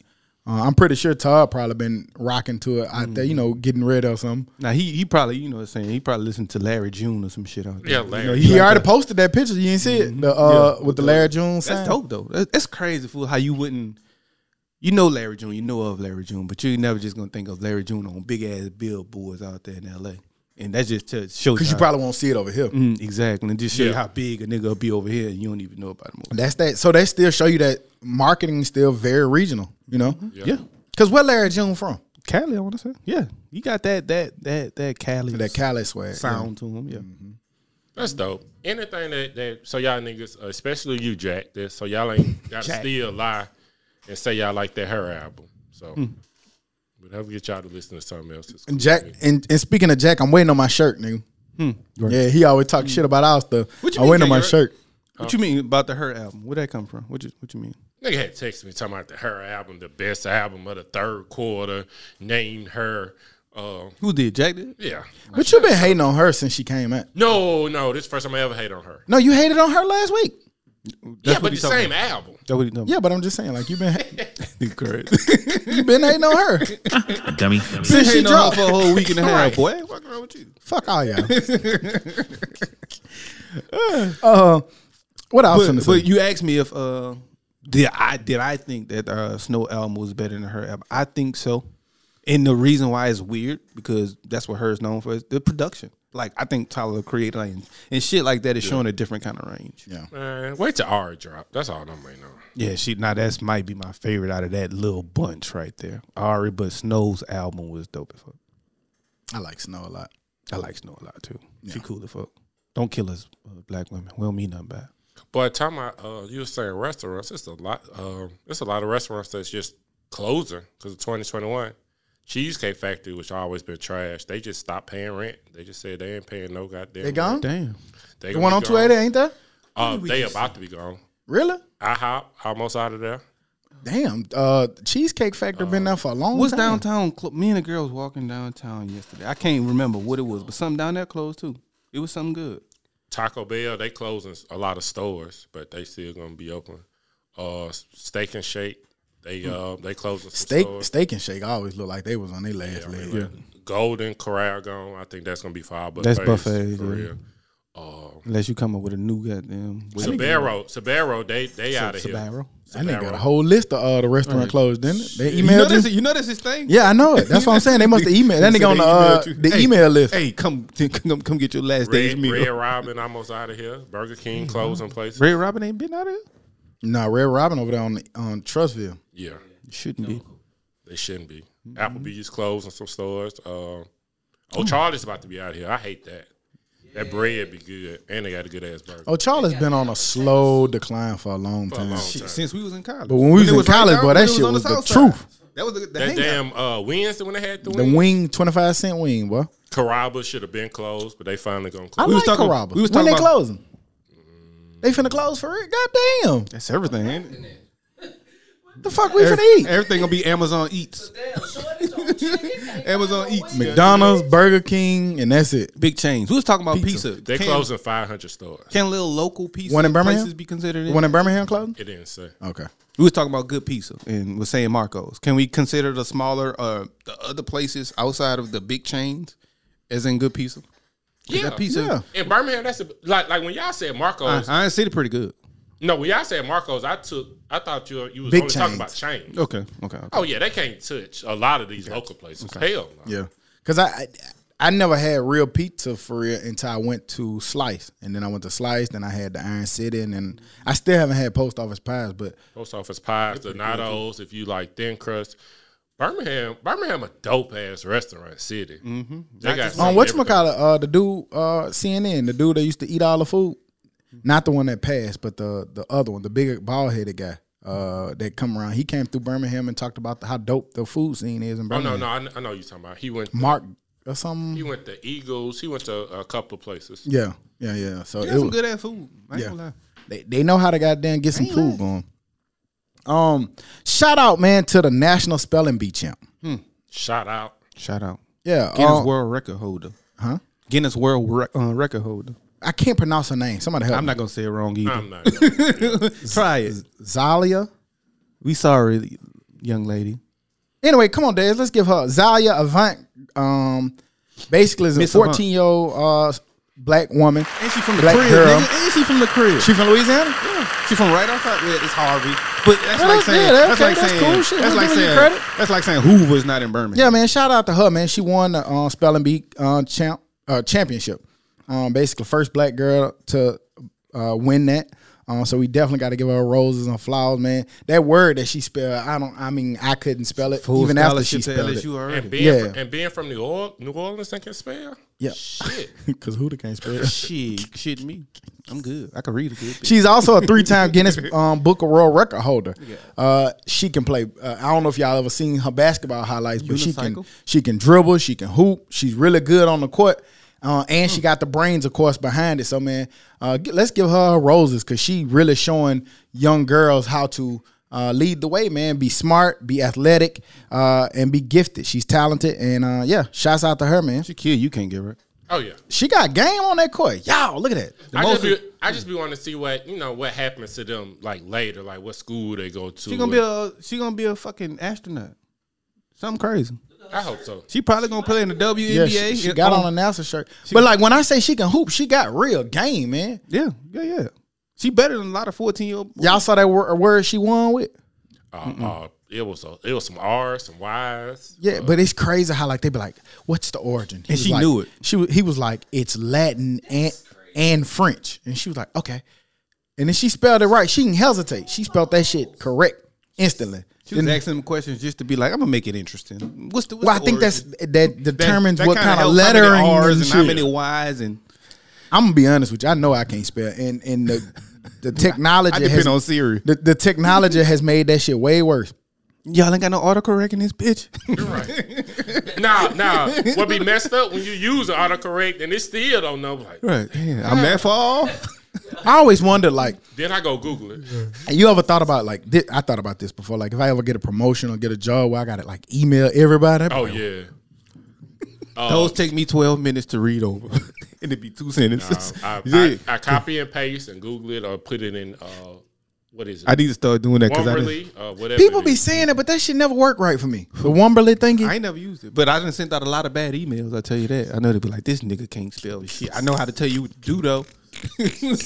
Uh, I'm pretty sure Todd probably been rocking to it out there, you know, getting rid of something.
Now he he probably you know what I'm saying he probably listened to Larry June or some shit out there.
Yeah,
You know,
Larry.
He
like
already
that. Mm-hmm.
posted that picture. You didn't see it, the, uh, with the Larry June sign.
That's dope though. That- That's crazy fool. How you wouldn't, you know Larry June, you know of Larry June, but you're never just gonna think of Larry June on big ass billboards out there in L.A. And that just tells shows
Cause you
how-
probably won't see it over here.
Mm, exactly, and just show you
Yeah.
how big a nigga will be over here. and You don't even know about him. over
That's that. So they still show you that marketing is still very regional. You know,
there. Mm-hmm. Yeah.
cause where Larry June from?
Cali, I want to say. Yeah, you got that that that that Cali
That Cali swag.
sound to him. Yeah, Mm-hmm.
That's dope. Anything that, that so y'all niggas, especially you, Jack, that so y'all ain't got to
Jack.
still lie and say y'all like that her album. So
Hmm.
whenever get y'all to listen to something else. It's cool.
And Jack and, and speaking of Jack, I'm waiting on my shirt, nigga.
Mm.
Yeah, he always talk
Mm-hmm.
shit about our stuff.
What you
I'm
mean,
waiting on my
Jack?
shirt.
What you mean about the her album? Where that come from? What you what you mean?
Nigga had texted me talking about the her album, the best album of the third quarter, named her. Uh,
Who did Jack? Did?
yeah.
But you been hating on her since she came out.
No, no, this first time I ever hate on her.
No, you hated on her last week.
yeah, but the same album.
That what he talking
Yeah, but I'm just saying, like you've been ha-
about. correct.
you been hating on her.
dummy.
Since she
Hating on her
dropped.
for a whole week and a half, boy.
What's wrong with you?
Fuck all y'all. uh, what else?
But,
finna
but
say?
you asked me if uh did I did I think that uh Snow album was better than her album? I think so. And the reason why it's weird because that's what her is known for is the production. Like I think Tyler the Creator and, and shit like that is showing a different kind of range.
Yeah.
Man, wait till R drop. That's all I'm waiting on.
Yeah, she now that's might be my favorite out of that little bunch right there. Ari, but Snow's album was dope as fuck.
I like Snow a lot.
I like Snow a lot too. She cool as fuck. Don't kill us, uh, black women. We don't mean nothing bad.
But time I uh, you were saying restaurants, it's a lot. Um, it's a lot of restaurants that's just closing because of 2021. Cheesecake Factory, which always been trash, they just stopped paying rent. They just said they ain't paying no goddamn.
They gone?
Damn.
They
The one
gonna
on
be
two
gone.
eighty ain't there?
Uh, they about to be gone.
Really?
IHOP almost out of there.
Damn. Uh, Cheesecake Factory been there for a long
What's
time.
downtown? Clo- me and a girl was walking downtown yesterday. I can't remember what it was, but something down there closed too. It was something good.
Taco Bell, they closing a lot of stores, but they still gonna be open. Uh, Steak and Shake, they uh, they closing some
Steak,
stores.
steak and Shake always look like they was on their last leg.
Like, Golden Corral gone. I think that's gonna be five bucks.
That's buffets,
for
yeah.
real.
Unless you come up with a new goddamn. with
Sabero, Sabero, they they out of here.
Sbarro.
That nigga got a
Sbarro.
whole list of uh, the restaurant closed, didn't it? They
You know,
emailed
this,
you.
you know that's his thing.
Yeah, I know it. That's what I'm saying. They must have emailed. That
They
nigga on the, uh,
emailed you.
the
Hey,
email list.
Hey, come, come, come get your last day's
Red,
meal.
Red
Red,
Robin almost out of here. Burger King closing places.
Robin ain't been out here.
Nah, Red Robin over there on on Trustville.
Yeah,
Shouldn't be.
they shouldn't be. Applebee's closing some stores. Uh, oh, Charlie's about to be out of here. I hate that. That bread be good, and they got a good ass burger.
Oh, Charlie's been on a slow decline for a long
For a
time.
long
Shit,
time.
since we was in college.
But when we was
it
in
right
college,
down-
boy,
when
that
it
shit
on
was the
south
truth.
side. That was the, the
that
hangout.
damn uh, Wednesday when they had the,
The
wing.
wing, twenty five cent wing, boy.
Caraba should have been closed, but they finally gonna
I
close.
like
was talking-
Carrabba's.
we was talking
when they
about-
closing. They finna close for it. Goddamn,
That's everything. Ain't it?
the fuck we finna eat?
Everything gonna be Amazon Eats.
Damn, shortage on chicken.
Amazon Eats.
McDonald's, Burger King, and that's it.
Big chains. We was talking about pizza.
They
Can-
closing five hundred stores.
Can little local pizza
One in Birmingham?
places be considered?
The
in?
one in Birmingham closing.
It didn't say.
Okay.
we was talking about good pizza and was saying Marcos. Can we consider the smaller, uh, the other places outside of the big chains as in good pizza? 'Cause
Yeah.
that pizza.
Yeah.
In Birmingham, that's a, like like when y'all said Marcos.
Uh-huh.
I, I ain't seen it pretty good.
No, when y'all said Marcos, I took. I thought you you was
Big
only
chains.
talking about chains.
Okay, okay. okay.
Oh yeah, they can't touch a lot of these local places. Hell no.
Yeah, because I, I I never had real pizza for real until I went to Slice, and then I went to Slice, then I had the Iron City, and then I still haven't had Post Office pies. But
Post office pies, Donatos, if you like thin crust. Birmingham, Birmingham, a dope ass restaurant
Mm,
city. Mm-hmm. They got
on
something
what
everything.
uh the dude uh CNN the dude that used to eat all the food, not the one that passed, but the the other one, the big bald headed guy. Uh, that come around. He came through Birmingham and talked about the, how dope the food scene is in
Oh no,
Birmingham.
no, I, kn- I know you talking about. He went.
Mark or
He
something.
went to Eagles. He went to a couple of places.
Yeah, yeah, yeah. So
You
it
got some
was-
good ass food. I ain't
Yeah.
gonna lie.
They, they know how to goddamn get some food going. Um, shout out, man, to the National Spelling Bee champ.
Shout out.
Shout out.
Yeah,
Guinness
uh,
World Record holder.
Huh?
Guinness World Rec- uh, Record holder.
I can't pronounce her name. Somebody help.
I'm
me.
not gonna say it wrong either.
I'm not. gonna-
Try it.
Zalia.
We sorry, young lady.
Anyway, come on, Dez. Let's give her Zalia Avant. Um, basically, is a
Miss Avant.
14 year old uh black woman.
Ain't she from the
Black
crib?
girl.
Nigga? Ain't she from the crib?
She from Louisiana.
She from right outside. Yeah, it's Harvey. But that's
Yeah,
like
that's-
saying
yeah,
that's
okay,
like
that's
saying
cool. Shit,
that's
we
like
giving you
saying
credit.
that's like saying Hoover is not in Birmingham.
Yeah, man. Shout out to her, man. She won the uh, spelling bee uh, champ uh, championship. Um, basically, first black girl to uh, win that. Um, so we definitely got to give her roses and flowers, man. That word that she spelled, I don't. I mean, I couldn't spell it even after she spelled it.
and being
Yeah.
from, and being from New Orleans, New Orleans, and can spell.
Yeah.
Shit.
Because Huda can't spell it.
Shit, shit, me. I'm good. I can read a good. bit.
She's also a three-time Guinness um, Book of World Record holder. Uh, she can play. Uh, I don't know if y'all ever seen her basketball highlights, but she can
Unicycle?
she can dribble, she can hoop. She's really good on the court, uh, and she got the brains, of course, behind it. So man, uh, g- let's give her her roses because she really showing young girls how to. Uh, lead the way, man. Be smart, be athletic, uh, and be gifted. She's talented, and uh, yeah, shouts out to her, man.
She kid, you can't give her.
Oh yeah.
She got game on that court. Y'all, look at that.
I just, be, I just be wanting to see what you know what happens to them like later, like what school they go to.
She gonna be a she gonna be a fucking astronaut. Something crazy.
I hope so.
She probably gonna play in the WNBA.
Yeah, she, she
Oh.
got on an announcer shirt. but like when I say she can hoop, she got real game, man.
Yeah, yeah, yeah. She better than a lot of fourteen year old.
Y'all saw that word, word she won with.
Uh, uh, it was a, it was some R's, some Y's.
Yeah, but it's crazy how like they be like, "What's the origin?"
Uh.
He
And
was
she
like-
knew it.
She wa- he was like, "It's Latin and and French," and she was like, "Okay." And then she spelled it right. She didn't hesitate. She spelled that shit correct instantly.
She was asking them questions just to be like, I'm gonna make it interesting. What's the what's
Well, I
the
think that's
origin?
that determines
That- that
what
kinda
kind of
helps how many
lettering
R's and,
and
how
shit.
many Y's and
I'm gonna be honest with you. I know I can't spell, and and the the technology
I depend
has,
on Siri.
The, the technology has made that shit way worse.
y'all ain't got no autocorrect in this bitch.
Now, now, what be messed up when you use the autocorrect and it still don't know? Like,
right. Yeah, I'm that far off.
I always wonder, like,
then I go Google it.
you ever thought about like this, I thought about this before. Like, if I ever get a promotion or get a job where I gotta like email everybody, I'd be
Oh
like,
yeah, Uh,
Those take me 12 minutes to read over. and it'd be two sentences.
I,
yeah.
I, I copy and paste and Google it or put it in uh, what is
I
it?
need to start doing that because I, didn't-
Womberly, uh, whatever.
people
it
be
is.
saying it, but that shit never worked right for me. The Womberly
I
thingy.
ain't never used it. But I done sent out a lot of bad emails, I tell you that. I know they'd be like, this nigga can't spell shit. I know how to tell you what to do though.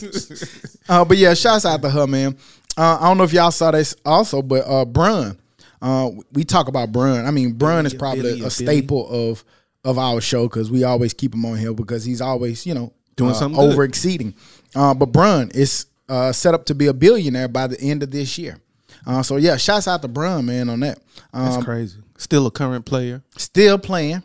Uh, but yeah, shouts out to her, man. Uh, I don't know if y'all saw this also, but uh, Brun. Uh, we talk about Brun. I mean, Brun is probably
Billy, uh,
a
Billy.
staple of of our show because we always keep him on here because he's always you know
Doing
uh,
something good.
over exceeding. Uh, but Brun is uh, set up to be a billionaire by the end of this year. Uh, so yeah, shouts out to Brun, man, on that.
That's
Um,
crazy. Still a current player.
still playing,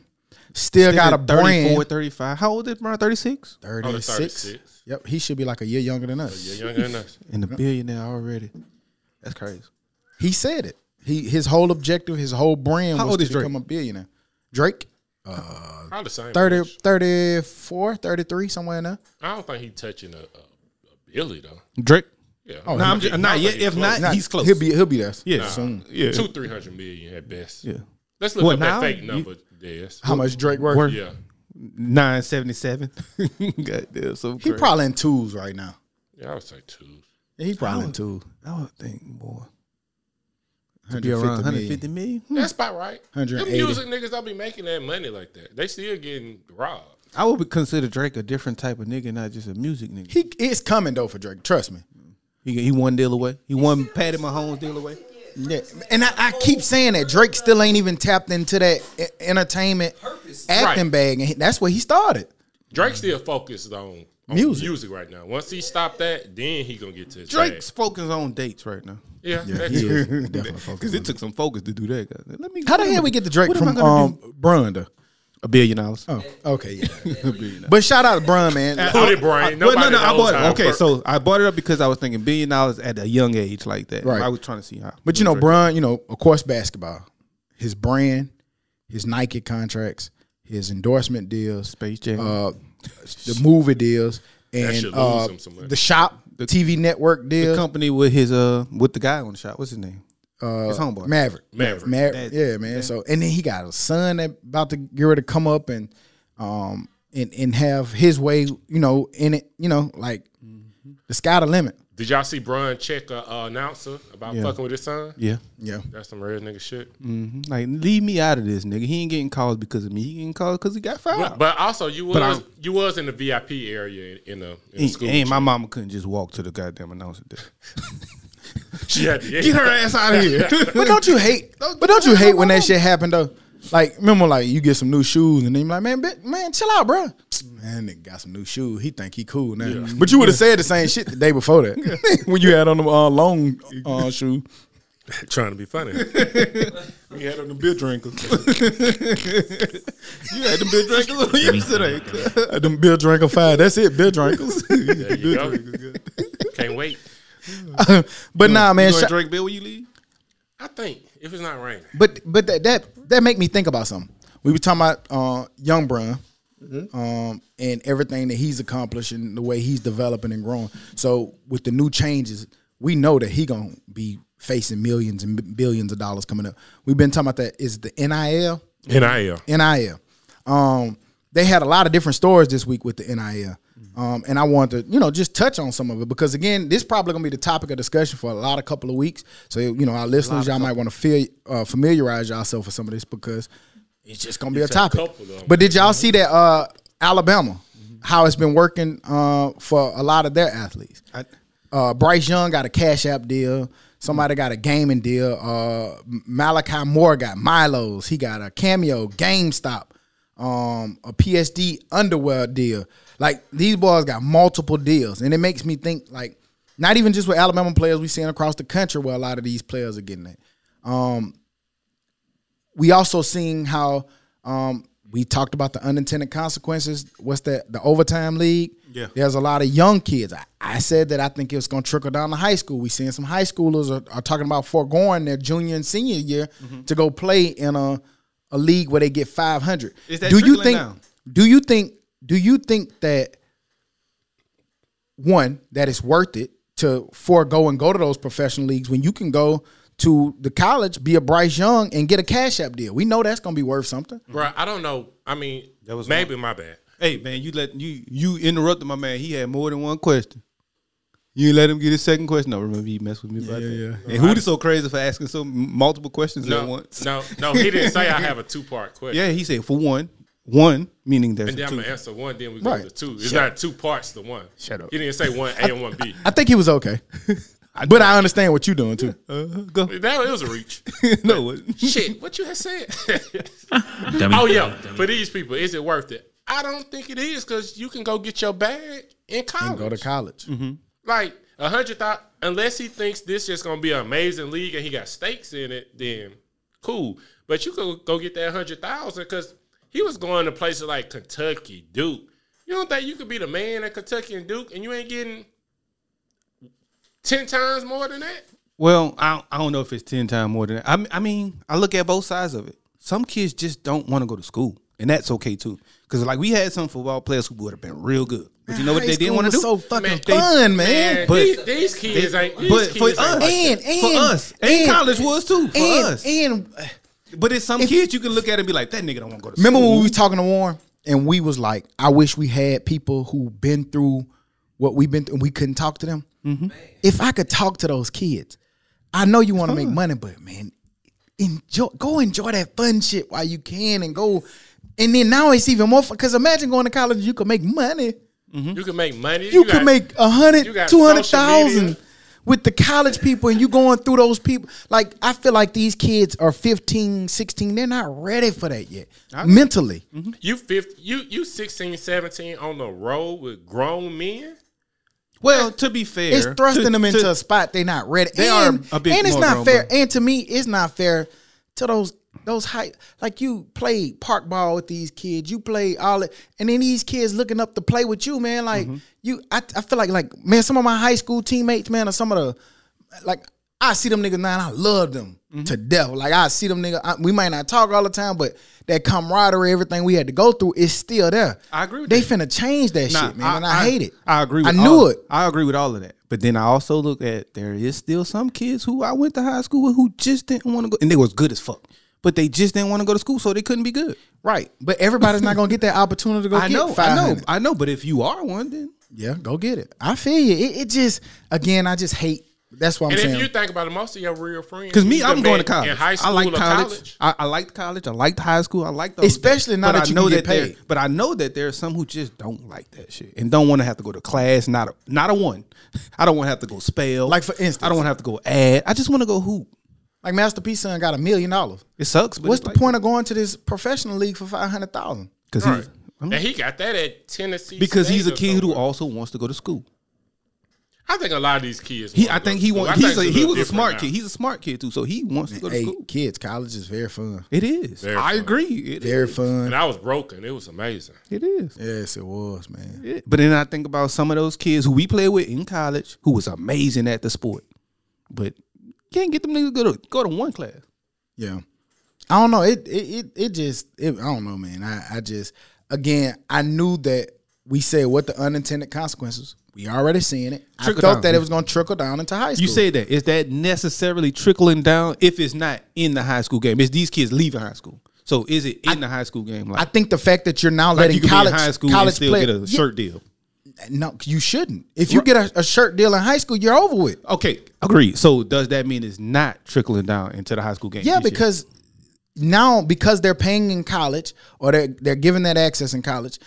still, got a
Nigga 34,
brand.
35. How old is Brian? 36?
Oh, the
36.
36.
Yep, he should be like a year younger than us.
You're younger than us.
And a billionaire already. That's crazy.
He said it. He his whole objective, his whole brand
How
was
old
to
is Drake?
become a billionaire. Drake,
Probably the same.
30,
age.
34, 33, somewhere in there.
I don't think he touching a, a, a Billy though.
Drake?
Yeah,
no, I'm just, Oh, not yet. If not,
Not-
he's close.
He'll be he'll be there.
yeah.
soon.
Yeah.
two three hundred million at best.
yeah.
Let's look
What,
up
now?
that fake
You-
number. Yes.
How much Drake worth?
Worth-
Yeah.
977. Goddamn, so
He
crazy.
probably in twos right now.
Yeah, I would say two.
He probably in twos.
I would think more.
Hundred
Be around
fifty
150 million. Hmm.
That's about right. Them
180.
music niggas don't be making that money like that. They still getting robbed.
I would be- consider Drake a different type of nigga, not just a music nigga.
He it's coming though for Drake. Trust me.
He, he one deal away. He won Patty Mahomes deal away.
Yeah, and I, I keep saying that Drake still ain't even tapped into that e- entertainment acting
Right.
bag, and he- that's where he started.
Drake still focused on, on
Music.
music. right now. Once he stopped that, then he gonna get to his
Drake's
bag.
focused on dates right now
Yeah, that's
He
it.
is definitely
because
focused on
it took some focus to do that. guys. Let me.
How the hell we get the Drake
What am I
from
gonna
um Brunda?
a billion dollars?
Oh, okay, yeah. but shout out to Brun, man.
Put it,
I-
Brian.
well, no,
Nobody
no, I
knows
bought
how
it. Okay,
per-
so I bought it up because I was thinking billion dollars at a young age like that.
Right.
I was trying to see how.
But you know,
Drake-
Brun, you know, of course, basketball, his brand, his Nike contracts, his endorsement deals,
Space Jam.
uh, the movie deals, and
should lose
uh,
him some money.
the shop, the TV network
the
deals.
company with his uh with the guy on the shot. What's his name?
uh,
his homeboy.
Maverick.
Maverick.
Ma-
That-
yeah, man. So and then he got a son that about to get ready to come up and um and and have his way, you know, in it, you know, like
Mm-hmm.
the sky the limit.
Did y'all see Brian check a uh, announcer about
Yeah.
fucking with his son?
Yeah.
Yeah.
That's some real nigga shit.
Mm-hmm. Like leave me out of this, nigga. He ain't getting calls because of me. He getting calls because he got
But,
fired.
but also, you was
I'm-
you was in the VIP area in, in the, in the
And,
school.
and my mama couldn't just walk to the goddamn announcer. desk.
she had to,
Get her ass out of here.
But don't you hate? But don't you hate when that shit happened though? Like remember, like you get some new shoes and then you're like, man, bitch, man, chill out, bro. Man, nigga got some new shoes. He think he cool now. But you would have said the same shit the day before that when you had on the uh, long uh, shoe.
trying to be funny.
You had them beer drinkers. you had them beer drinkers on yesterday.
Them beer drinker five. That's it, beer drinkers.
There you go. Can't wait.
but nah, man.
you gonna
shout-
drink beer when you leave?
I think if it's not raining,
But but that that that make me think about something. We were talking about uh, Young Brun, um, and everything that he's accomplishing, the way he's developing and growing. So with the new changes, we know that he gonna be facing millions and b- billions of dollars coming up. We've been talking about that. Is the NIL
nil.
NIL. Um, they had a lot of different stories this week with the NIL. Um, and I wanted to, you know, just touch on some of it because again, this probably gonna be the topic of discussion for a lot of couple of weeks. So you know, our listeners, y'all might want to feel uh, familiarize yourself with some of this because it's just gonna be a topic.
couple of them.
But did y'all see that uh, Alabama? How it's been working uh, for a lot of their athletes.
I,
Uh, Bryce Young got a Cash App deal. Somebody got a gaming deal. Uh, Malachi Moore got Milo's. He got a Cameo, GameStop, um, a PSD underwear deal. Like these boys got multiple deals, and it makes me think like not even just with Alabama players we seeing across the country where a lot of these players are getting it. Um, we also seeing how um, we talked about the unintended consequences. What's that? The overtime league.
Yeah.
There's a lot of young kids. I, I said that I think it's going to trickle down to high school. We seeing some high schoolers are, are talking about foregoing their junior and senior year to go play in a a league where they get 500.
Is that
do you
trickling
think?
down?
Do you think? Do you think that one that it's worth it to forego and go to those professional leagues when you can go to the college, be a Bryce Young, and get a Cash App deal. We know that's gonna be worth something.
Bruh, I don't know. I mean,
was
maybe my bad.
hey man, you let you you interrupted my man. He had more than one question. You let him get his second question. No, remember he messed with me about that. And who is so crazy for asking so m- multiple questions
No,
at once?
no, no. He didn't say I have a two part question.
Yeah, he said for one, one meaning there's
And then
a
I'm
two.
gonna answer one, then we
Right.
go to two. It's not two parts to one.
Shut up.
He didn't say one A and one B.
I think he was okay, but I understand what you're doing too.
Uh, go.
That it was a reach.
no, it-
Shit, what you had said?
Dummy.
oh yeah, for these people, is it worth it? I don't think it is because you can go get your bag in college.
Go to college.
Mm-hmm.
Like a hundred thousand, unless he thinks this just gonna be an amazing league and he got stakes in it, then cool. But you could go get that hundred thousand because he was going to places like Kentucky, Duke. You don't think you could be the man at Kentucky and Duke, and you ain't getting ten times more than that?
Well, I don't, I don't know if it's ten times more than that. I, m- I mean, I look at both sides of it. Some kids just don't want to go to school, and that's okay too. Because like we had some football players who would have been real good, but you know what
High
they didn't
school
want to
was
do?
So fucking
Man, they-
fun, man.
Man,
But-
these, these kids ain't. These
but for
kids ain't
us,
like
and, and
for us, and, college was too for
and,
us.
and uh,
but it's some
if-
kids you can look at and be like, that nigga don't want to go to school.
remember when we was talking to Warren and we was like, I wish we had people who been through what we've been through and we couldn't talk to them.
Mm-hmm.
If I could talk to those kids, I know you want to make money, but man, enjoy go enjoy that fun shit while you can and go. And then now it's even more because imagine going to college, you can make money.
You can make money.
You,
got-
can make a
you
hundred,
got
two hundred
social
thousand
media.
with the college people and you going through those people. Like I feel like these kids are 15, 16, they're not ready for that yet. Mentally.
You 50, you you 16, 17 on the road with grown men.
well, to be fair,
It's thrusting
to-
them into
to-
a spot they're not ready.
They are
and,
a big
and it's
more
not
grown,
fair.
bro.
And to me, it's not fair to those those high like you played park ball with these kids. You played all it, and then these kids looking up to play with you, man. Like
Mm-hmm.
you, I, I feel like like man, some of my high school teammates, man, or some of the like I see them niggas now, and I love them.
Mm-hmm.
to death. Like I see them nigga. I, we might not talk all the time, but that camaraderie, everything we had to go through, is still there.
I agree with
they
that.
finna change that
Nah,
shit, man. and I, hate it.
I agree. With
I knew
all-
it.
I agree with all of that. But then I also look at there is still some kids who I went to high school with who just didn't want to go, and they was good as fuck, but they just didn't want to go to school, so they couldn't be good.
Right, but everybody's not gonna get that opportunity to go
I
get
know, I
500.
know, I know. But if you are one, then
Yeah, go get it. I feel you. It, it just again, I just hate. That's what I'm
And
saying.
if you think about it, most of your real friends,
because me,
you
I'm
done
going to
met
college.
In high school
I like
or
college.
college.
I, I liked college. I liked high school. I liked those
Especially
things.
now
But
that
I
you
know
can
that
get
there.
paid.
But I know that there are some who just don't like that shit and don't want to have to go to class. Not a not a one. I don't want to have to go spell.
Like, for instance.
I don't want to have to go ad. I just want to go hoop.
like Master P son got a million dollars.
It sucks. But
What's
it's
the
like-
point of going to this professional league for five hundred thousand?
Because he's
And he got that at Tennessee
because
State
he's a
or
kid who
somewhere.
also wants to go to school.
I think a lot of these kids.
He,
wanna
I
go
think
to
he
school. I
wants.
think
He's a,
it's
he
little
was a
different
smart
now.
kid. He's a smart kid too, so he wants to go to
Hey,
school.
kids, college is very fun.
It is.
Very
I
fun.
agree. It
Very
is.
fun.
And I was broken. It was amazing.
It is.
Yes, it was, man.
Yeah. But then I think about some of those kids who we played with in college who was amazing at the sport, but can't get them niggas to go to go to one class.
Yeah. I don't know. It it it, it just it, I don't know, man. I, I just again I knew that we said what the unintended consequences. We already seeing it. I
Trickle
felt
down.
that it was gonna trickle down into high school.
You say that is that necessarily trickling down if it's not in the high school game? It's these kids leaving high school. So is it in the high school game? Like
I think the fact that you're now
like
letting
you can
college
be in high school
college
and still
play-
get a
Yeah,
shirt deal.
No, you shouldn't. If you get a, a shirt deal in high school, you're over with.
Okay, agreed. So does that mean it's not trickling down into the high school game?
Yeah,
this year?
because now because they're paying in college or they're they're giving that access in college.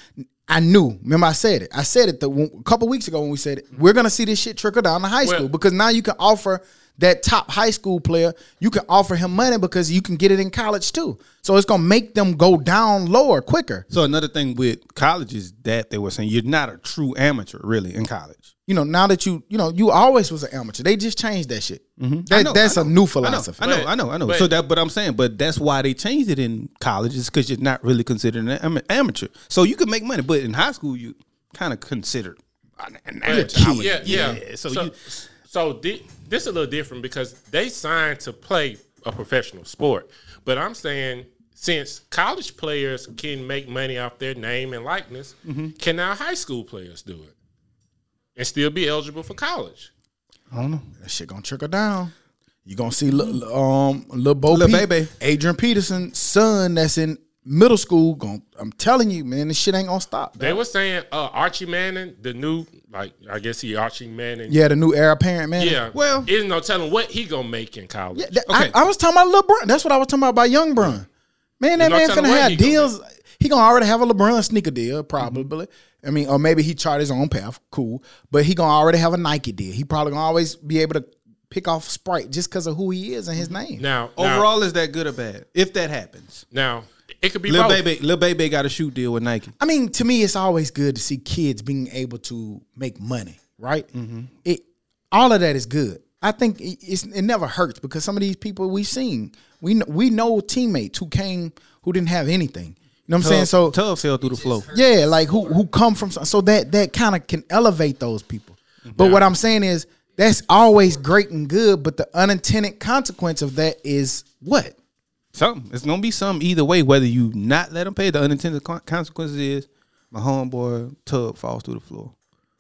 I knew. Remember, I said it. I said it the, a couple weeks ago when we said it. We're gonna see this shit trickle down to high
Well-
school because now you can offer that top high school player. You can offer him money because you can get it in college too. So it's gonna make them go down lower quicker.
so another thing with college is that they were saying you're not a true amateur really in college.
You know, now that you you know you always was an amateur. They just changed that shit. That,
I know,
that's
I
a
know,
new
I know,
philosophy.
I know,
But-
I know, I know.
but-
so that, but I'm saying, but that's why they changed it in college is because you're not really considered an ama- amateur. So you can make money, but in high school you kind of considered an, an amateur. I would-
Yeah, yeah.
So,
So,
you,
so thi- this is a little different because they signed to play a professional sport, but I'm saying since college players can make money off their name and likeness, can now high school players do it and still be eligible for college?
That shit gonna trickle down. You gonna see li- li- um little Bo
Lil
Peep,
Baby.
Adrian Peterson's son that's in middle school. Going, I'm telling you, man, this shit ain't gonna stop.
They were saying uh, Archie Manning, the new like I guess he Archie Manning.
yeah, the new heir apparent, man.
Yeah.
Well-
there's no telling what he gonna make in college.
Yeah, that-
Okay.
I, I was talking about LeBron. That's what I was talking about about young Bron. Man, that
no
man
telling
finna
what
have
he Mm-hmm. gonna
deals. he gonna already have a LeBron sneaker deal, probably. I mean, or maybe he chart his own path. Cool, but he gonna already have a Nike deal. He probably gonna always be able to pick off Sprite just because of who he is and his name.
Mm-hmm. now, overall,
overall, is that good or bad? If that happens,
now, it could be
little
both.
baby, little baby got a shoe deal with Nike.
I mean, to me, it's always good to see kids being able to make money, right? It all of that is good. I think it- it's it never hurts because some of these people we've seen, we know, we know teammates who came who didn't have anything. You know what I'm saying? So
Tub fell through the floor.
yeah, like who who come from so that that kind of can elevate those people. But what I'm saying is that's always great and good, but the unintended consequence of that is what?
Something. It's gonna be something either way. Whether you not let them pay, the unintended con- consequences is my homeboy Tub falls through the floor.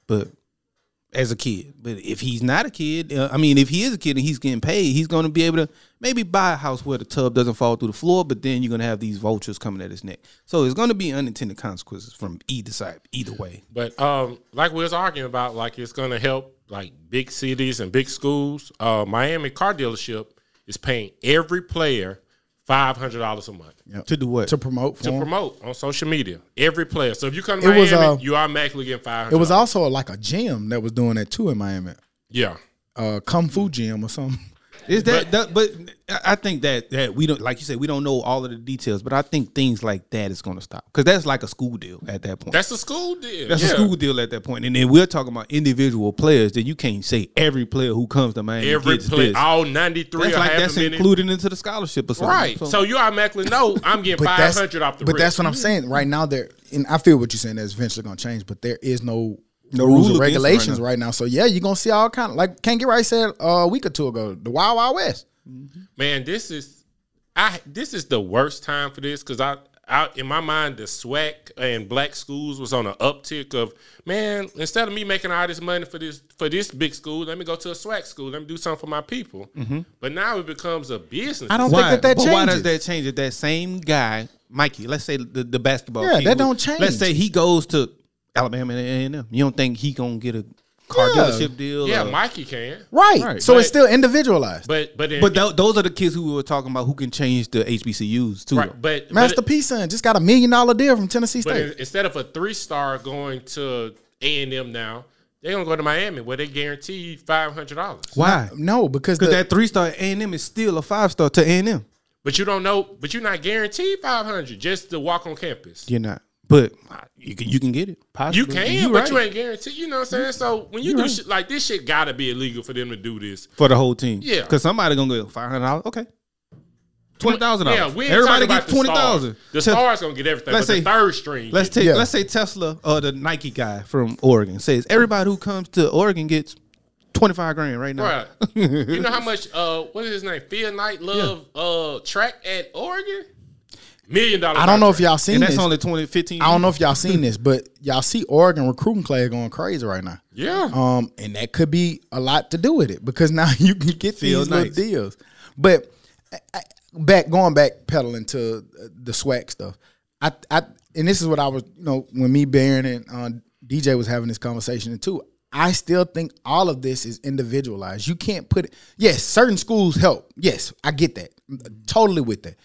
But as a kid, but if he's not a kid, uh, I mean, if he is a kid and he's getting paid, he's gonna be able to maybe buy a house where the tub doesn't fall through the floor. But then you're gonna have these vultures coming at his neck. So it's gonna be unintended consequences from either side, either way.
But um, like we was arguing about, like it's gonna help like big cities and big schools. Uh, Miami car dealership is paying every player five hundred dollars a month
To do what?
To promote for
to
'em.
promote on social media. Every player. So if you come to
It
Miami,
was, uh,
you automatically get five hundred.
It was also like a gym that was doing that too in Miami.
yeah.
uh, kung fu gym or something.
Is that that? But I I think that that we don't like you said we don't know all of the details, but I think things like that is going to stop because that's like a school deal at that point. That's,
That's a school deal.
a
Yeah.
school deal at that point, and then we're talking about individual players that you can't say every player who comes to Miami
Every
gets
play,
this.
all ninety three.
That's
or
like
half
that's
a minute.
included into the scholarship or something.
Right. So, you automatically know I'm getting five hundred off the.
but
rip.
that's what I'm saying. Right now, there, and I feel what you're saying. That's eventually going to change, but there is no
No
rules
rule against
and
it right
regulations
now.
right now. So yeah, you're going to see all kind of like can't get right said uh, a week or two ago. The Wild Wild West.
Man, this is I this is the worst time for this because I, I in my mind the SWAC and black schools was on an uptick of man, instead of me making all this money for this for this big school, let me go to a SWAC school, let me do something for my people. But now it becomes a business.
Mm-hmm. I don't
why,
think that that
but
changes.
why does that change? If that same guy, Mikey, let's say the, the basketball,
Yeah,
team,
that don't change.
Let's say he goes to Alabama and A&M. You don't think he gonna get a car
Yeah.
dealership deal?
yeah,
or-
Mikey can.
Right.
Right.
So
But-
it's still individualized.
But but in,
But tho- those are the kids who we were talking about who can change the HBCUs too.
right, but
Master
but,
P son just got a million dollar deal from Tennessee
but in-
State.
instead of a three star going to A and M now, they're gonna go to Miami where they guarantee five hundred dollars.
Why?
No, because the,
Because that three star A and M is still a five star to A and M.
But you don't know. But you're not guaranteed five hundred just to walk on campus.
You're not, but you can you can get it. Possibly.
You can,
You
but
right.
you ain't guaranteed. You know what I'm saying? So when you do shit like this, shit gotta be illegal for them to do this.
for the whole team.
Yeah.
because somebody gonna go five hundred dollars. Okay, twenty thousand
Yeah,
dollars.
we ain't talking
Everybody
about
get
the
twenty
stars.
thousand.
The stars gonna get everything.
let's
but
say-
the third string.
Let's
get-
take
Yeah.
let's say Tesla or the Nike guy from Oregon says everybody who comes to Oregon gets twenty five grand right now.
Bruh, you know how much? Uh, what is his name? Phil Knight love uh track at Oregon. Million dollar.
I don't know if
contract.
y'all seen
And that's
this.
only 20, 15
I don't know if y'all seen this, but y'all see Oregon recruiting class going crazy right now.
Yeah.
Um, and that could be a lot to do with it because now you can get
Feel
these little
nice.
deals. But I- I- back going back pedaling to uh, the swag stuff, I, I and this is what I was you know when me Baron and uh, DJ was having this conversation too. I still think all of this is individualized. You can't put it. Yes, certain schools help. Yes, I get that. uh, Totally with that.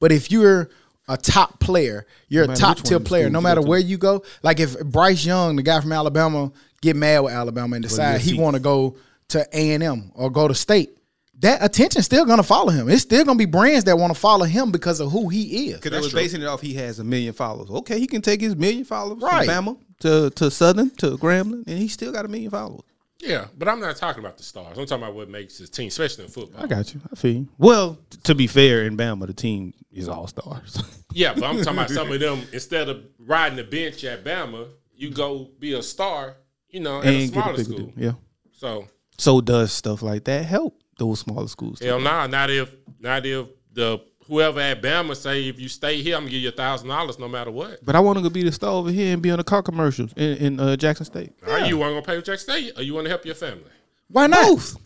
But if you're a top player, you're a
matter
top
which one
tier
of the
player,
schools
no
you
matter
go to.
where you go. Like if Bryce Young, the guy from Alabama, get mad with Alabama and decide he
USC.
want to go to A and M or go to State, that attention still gonna follow him. It's still gonna be brands that want to follow him because of who he is.
because they was basing it off he has a million followers. Okay, he can take his million followers
Right.
from Bama to to Southern to Grambling, and he still got a million followers.
Yeah, but I'm not talking about the stars. I'm talking about what makes this team, especially in football.
I got you. I feel you. Well, t- to be fair, in Bama, the team is all stars.
Yeah, but I'm talking about some of them. Instead of riding the bench at Bama, you go be a star. You know, at a
and get a
smaller
bigger
school.
deal. Yeah.
So
So does stuff like that help those smaller schools?
Hell nah, not if not if the whoever at Bama say if you stay here, I'm gonna give you a thousand dollars no matter what.
But I want to go be the star over here and be on the car commercials in, in uh, Jackson State.
Are you want to pay for Jack State or you want to help your family?
Why not?
Both.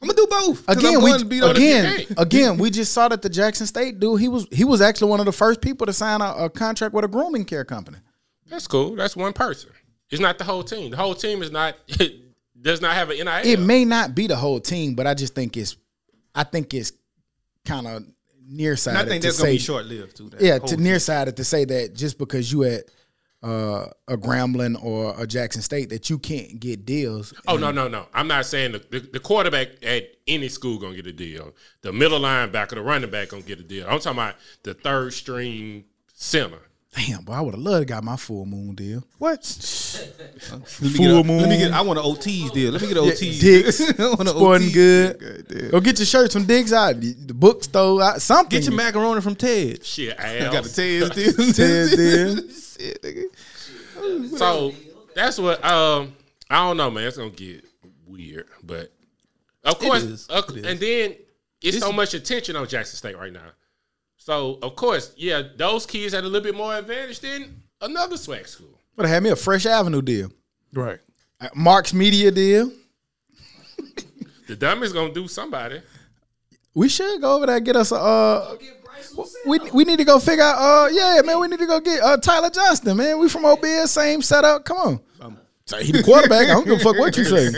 I'm gonna do both. 'Cause
Again,
I'm
we
going to be the-
again,
game.
again, we just saw that the Jackson State dude, he was he was actually one of the first people to sign a, a contract with a grooming care company.
That's cool. That's one person. It's not the whole team. The whole team is not does not have an NIL.
It may not be the whole team, but I just think it's, I think it's kind of nearsighted.
I think
to
that's gonna be
say-
short lived too. that
Yeah,
whole
to
thing.
nearsighted to say that just because you at uh, a Grambling or a Jackson State that you can't get deals.
Oh no no no! I'm not saying the, the, the quarterback at any school gonna get a deal. The middle linebacker, the running back gonna get a deal. I'm talking about the third string center.
Damn, boy, I would have loved to got my full moon deal.
What? Let me
Full
get a-
moon.
Let me get. I want an OT's deal. Let me get an OT's.
Dick's,
I want an
Sporting
OT's.
Good.
Goddamn.
Go get your shirts from Dick's out, the the bookstore, out, something.
Get your macaroni from Ted.
Shit,
I got the
Al.
Ted's deal.
Ted's deal.
Shit, nigga.
So that's what um I don't know, man. It's gonna get weird, but of course,
is.
of-
It is.
and then it's, so
It's-
much attention on Jackson State right now. So of course, yeah, those kids had a little bit more advantage than another swag school.
Would have had me a Fresh Avenue deal,
Right.
Uh, Mark's Media deal.
The dumbest gonna do somebody.
We should go over there and get us a. Uh,
Get Bryce Luceno.
we, we need to go figure out. Uh, yeah, man, we need to go get uh, Tyler Johnston, man. We from OBS, same setup. Come on. So Um, he the quarterback. I don't give a fuck what you say.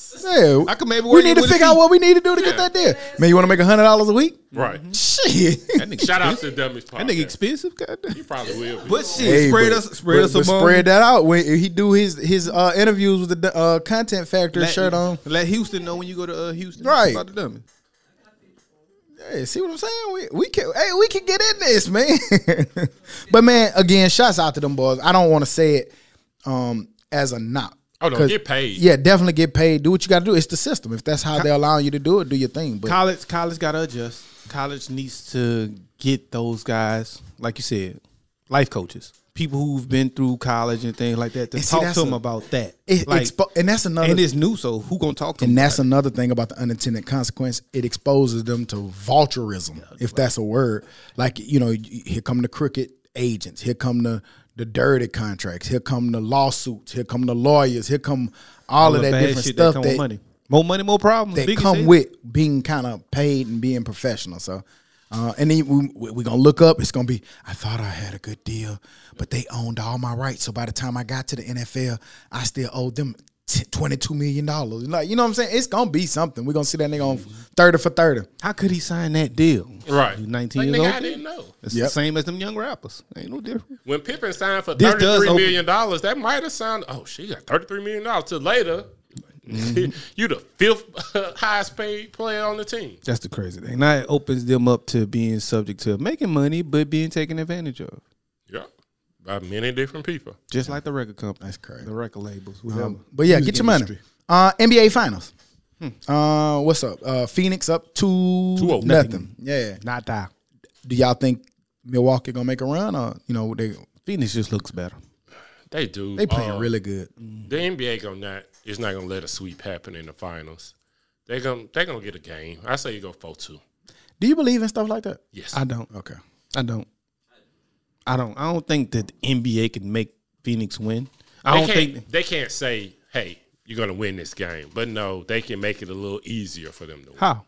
Yeah,
I could maybe
we
work
need to
with a
figure out
team.
what we need to do to get that deal. Man, you want to make hundred dollars a week?
Right.
Mm-hmm.
Shit.
That nigga
Shout out
expensive.
to the dumbest podcast.
That nigga expensive. Goddamn.
You probably will. Be.
But shit,
Hey,
spread
but-
us, spread
but-
us um,
but
among.
spread that out when he do his his uh, interviews with the uh, content factory
let,
shirt on.
Let Houston know when you go to uh, Houston.
Right.
About the dummy.
Hey, see what I'm saying? We we can hey we can get in this, man. but man, again, shouts out to them boys. I don't want to say it um as a knock.
Oh, no,
'Cause-
get paid.
Yeah, definitely get paid. Do what you got to do. It's the system. If that's how they're allowing you to do it, do your thing. But
College, college got to adjust. College needs to get those guys, like you said, life coaches, people who've been through college and things like that to
And see,
talk
that's
to them
a-
about that.
It
like,
expo- and that's another
and it's new, so who gonna talk to them?
And that's
about
another thing about the unintended consequence. It exposes them to vulturism, if that's a word. Like you know, y- here come the crooked agents. Here come the the dirty contracts. Here come the lawsuits. Here come the lawyers. Here come all,
it?
of
the
that
bad
different
shit
stuff
come
that
with money. More money, more problems.
that
Big as
come
hell.
with being kind of paid and being professional. So, uh, and then we, we, we're gonna look up. It's gonna be. I thought I had a good deal, but they owned all my rights. So by the time I got to the NFL, I still owed them. t- $22 million. Like, you know what I'm saying? It's going to be something. We're going to see that nigga on 30 for 30.
How could he sign that deal?
Right.
You 19
Like,
years
nigga,
old.
I didn't know.
It's
Yep.
the same as them young rappers. Ain't no different.
When Pippen signed for
This
thirty
does
three
open-
million dollars, that might have sounded. Oh, she got thirty three million dollars. Till later,
Mm-hmm.
you the fifth highest paid player on the team.
That's the crazy thing. Now it opens them up to being subject to making money, but being taken advantage of.
Yeah, by many different people.
Just like the record company.
That's crazy.
The record labels. Whatever.
Um, but yeah,
Music
get your money.
industry.
Uh, NBA Finals. Uh, what's up? Uh, Phoenix up two
oh.
nothing. nothing. Yeah.
Not die.
Do y'all think Milwaukee gonna make a run or you know they
Phoenix just looks better. Mm.
They do.
they playing
uh,
really good?
The NBA gonna not is not gonna let a sweep happen in the finals. They gonna they gonna get a game. I say you go four two.
Do you believe in stuff like that?
Yes,
I don't.
Okay.
I don't. I don't. I don't think that the NBA can make Phoenix win. I
they
don't
can't,
think.
they can't say hey you're gonna win this game, but no, they can make it a little easier for them to win.
How?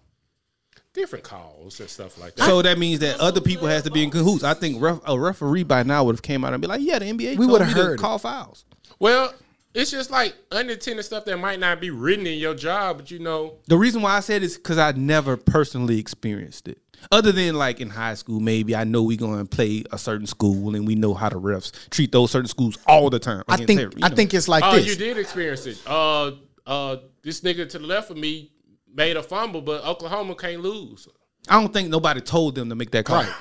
different calls and stuff like that.
So that means that other people has to be in cahoots. I think ref, a referee by now would have came out and be like, "Yeah, the NBA
We
told
would've
me to
heard it.
call fouls."
Well, it's just like unintended stuff that might not be written in your job, but you know,
The reason why I said is because I never personally experienced it. Other than like in high school, maybe I know we going to play a certain school and we know how the refs treat those certain schools all the time.
I
against
think
every- you
I
know.
think it's like
oh,
this.
you did experience it. Uh, uh, this nigga to the left of me made a fumble, but Oklahoma can't lose.
I don't think nobody told them to make that call.
Right.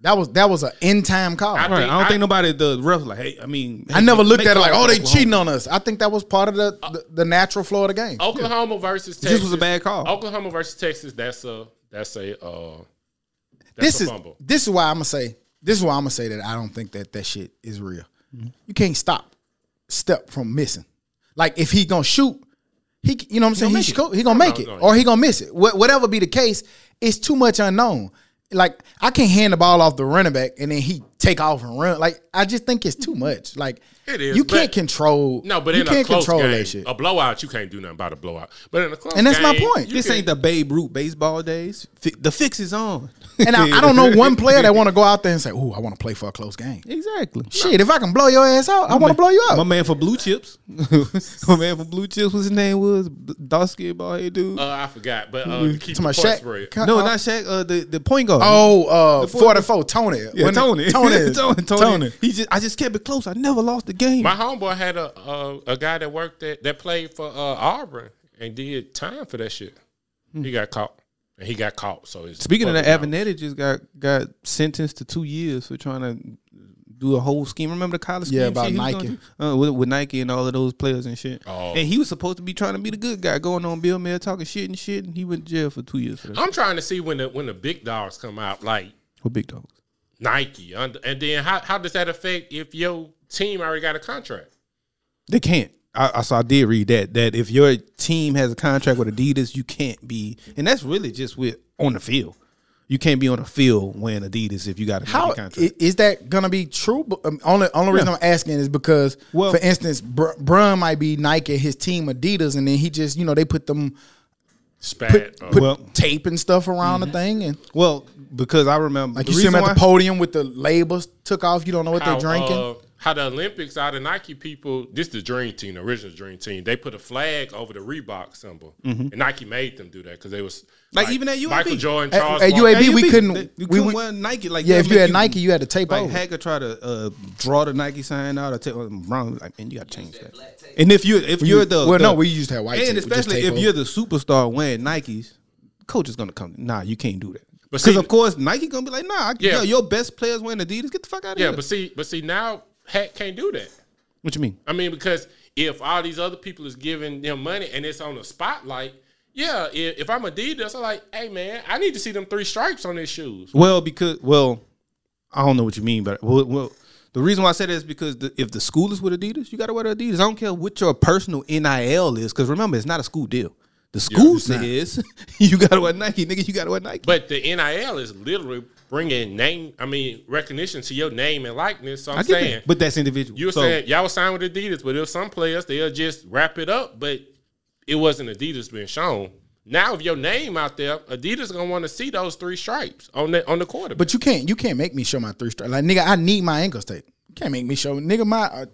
That was that was an in time call.
I
I,
Right. I don't
I-
think nobody the ref like, hey, I mean, hey,
never looked
make
at it like,
calls
oh,
for
they
Oklahoma."
cheating on us. I think that was part of the
Uh,
the, the natural flow of the game.
Oklahoma versus Texas.
This was a bad call.
Oklahoma versus Texas. That's a that's a uh, that's
this
a
is
fumble.
this is why I'm gonna say this is why I'm gonna say that I don't think that that shit is real.
Mm-hmm.
You can't stop step from missing. Like if he gonna shoot, he c- you know what I'm saying
gonna
he
make it.
sco- he gonna make it
no, no.
or he gonna miss it. Wha- whatever be the case, it's too much unknown. Like I can't hand the ball off the running back and then he take off and run. Like I just think it's too much. Like
It is,
You can't
but-
control.
No, but
you
in a close game,
that shit.
a blowout, you can't do nothing about a blowout. But in a close
And that's my
game,
point.
you
This
can-
ain't the Babe Ruth baseball days. Fi- The fix is on.
And I, I don't know one player that want to go out there and say, "Ooh, I want to play for a close game."
Exactly.
Shit, if I can blow your ass out, I want to blow you out.
My man for Blue Chips. My man for Blue Chips, what's his name was? Dark skin ball head dude.
Uh, I forgot, but uh, to keep
Mm-hmm. to my
the point
Shaq.
spread.
Cut
no,
off.
not Shaq. Uh, the, the point guard.
Oh, uh,
The
four to four. Tony.
yeah,
Wasn't
Tony.
it? Tony.
Tony. Tony.
Tony.
He just, I just kept it close. I never lost the game.
My homeboy had a a, a guy that worked at that played for uh, Auburn and did time for that shit. He got caught, and he got caught. So it's
Hmm. Speaking of that,
fucking out.
Avenetti just got got sentenced to two years for trying to do a whole scheme. Remember the college scheme?
Yeah, about
shit he was
Nike.
gonna do? Uh, with, with Nike and all of those players and shit.
Oh.
And he was supposed to be trying to be the good guy, going on Bill Mayer talking shit and shit, and he went to jail for two years for that.
I'm trying to see when the when the big dogs come out, like
With big dogs.
Nike, and, and then how how does that affect if your team already got a contract?
They can't. I, I so I did read that that if your team has a contract with Adidas, you can't be, and that's really just with on the field. You can't be on the field wearing Adidas if you got a Nike
How
contract.
i- is that gonna be true? But, um, only only reason
Yeah.
I'm asking is because,
Well-
for instance, Br- Brun might be Nike, his team Adidas, and then he just you know they put them
Spat.
put,
uh,
put
Well-
tape and stuff around the thing, and
well, because I remember
like
the
you see them
reason
at the
why-
podium with the labels took off. You don't know what
how,
they're drinking.
uh, how the Olympics, how the Nike people, this the dream team, the original dream team. They put a flag over the Reebok symbol, and Nike made them do that because they was
Mm-hmm. Like, even at UAB.
Michael Jordan,
At-
Charles,
at
Barkley-
UAB, we
AUB,
couldn't-
that-
we
You couldn't
would-
wear Nike like
yeah,
that
if you
make
had Nike, you had to tape
like
over.
Hacker try to uh, draw the Nike sign out or take oh, wrong. Like man, you got to change that.
black tape.
And if you if you're the
well,
the-
no, we used to have white tape.
and
We just
especially
tape
if
over.
you're the superstar wearing Nikes, coach is gonna come. Nah, you can't do that.
But
Because
see-
of course Nike gonna be like, nah, I-
Yeah.
yo, your best players wearing Adidas. Get the fuck out of
yeah,
here.
but see, but see now, Hat can't do that.
what you mean?
I mean, because if all these other people is giving them money and it's on the spotlight, yeah, if, if I'm Adidas, I'm like, hey man, I need to see them three stripes on their shoes.
Well, because well, I don't know what you mean, but well, well The reason why I say that is because the, if the school is with Adidas, you got to wear the Adidas. I don't care what your personal NIL is, because remember, it's not a school deal. The school says you got to wear Nike, nigga. You got to wear Nike.
But the NIL is literally bringing name, I mean, recognition to your name and likeness. So I'm
I get
saying,
that, but that's individual.
you were
So,
saying y'all was signed with Adidas, but if some players they'll just wrap it up, but it wasn't Adidas being shown. Now, if your name out there, Adidas gonna want to see those three stripes on the on the quarterback.
But you can't you can't make me show my three star. Like nigga, I need my ankles tape. You can't make me show nigga my uh,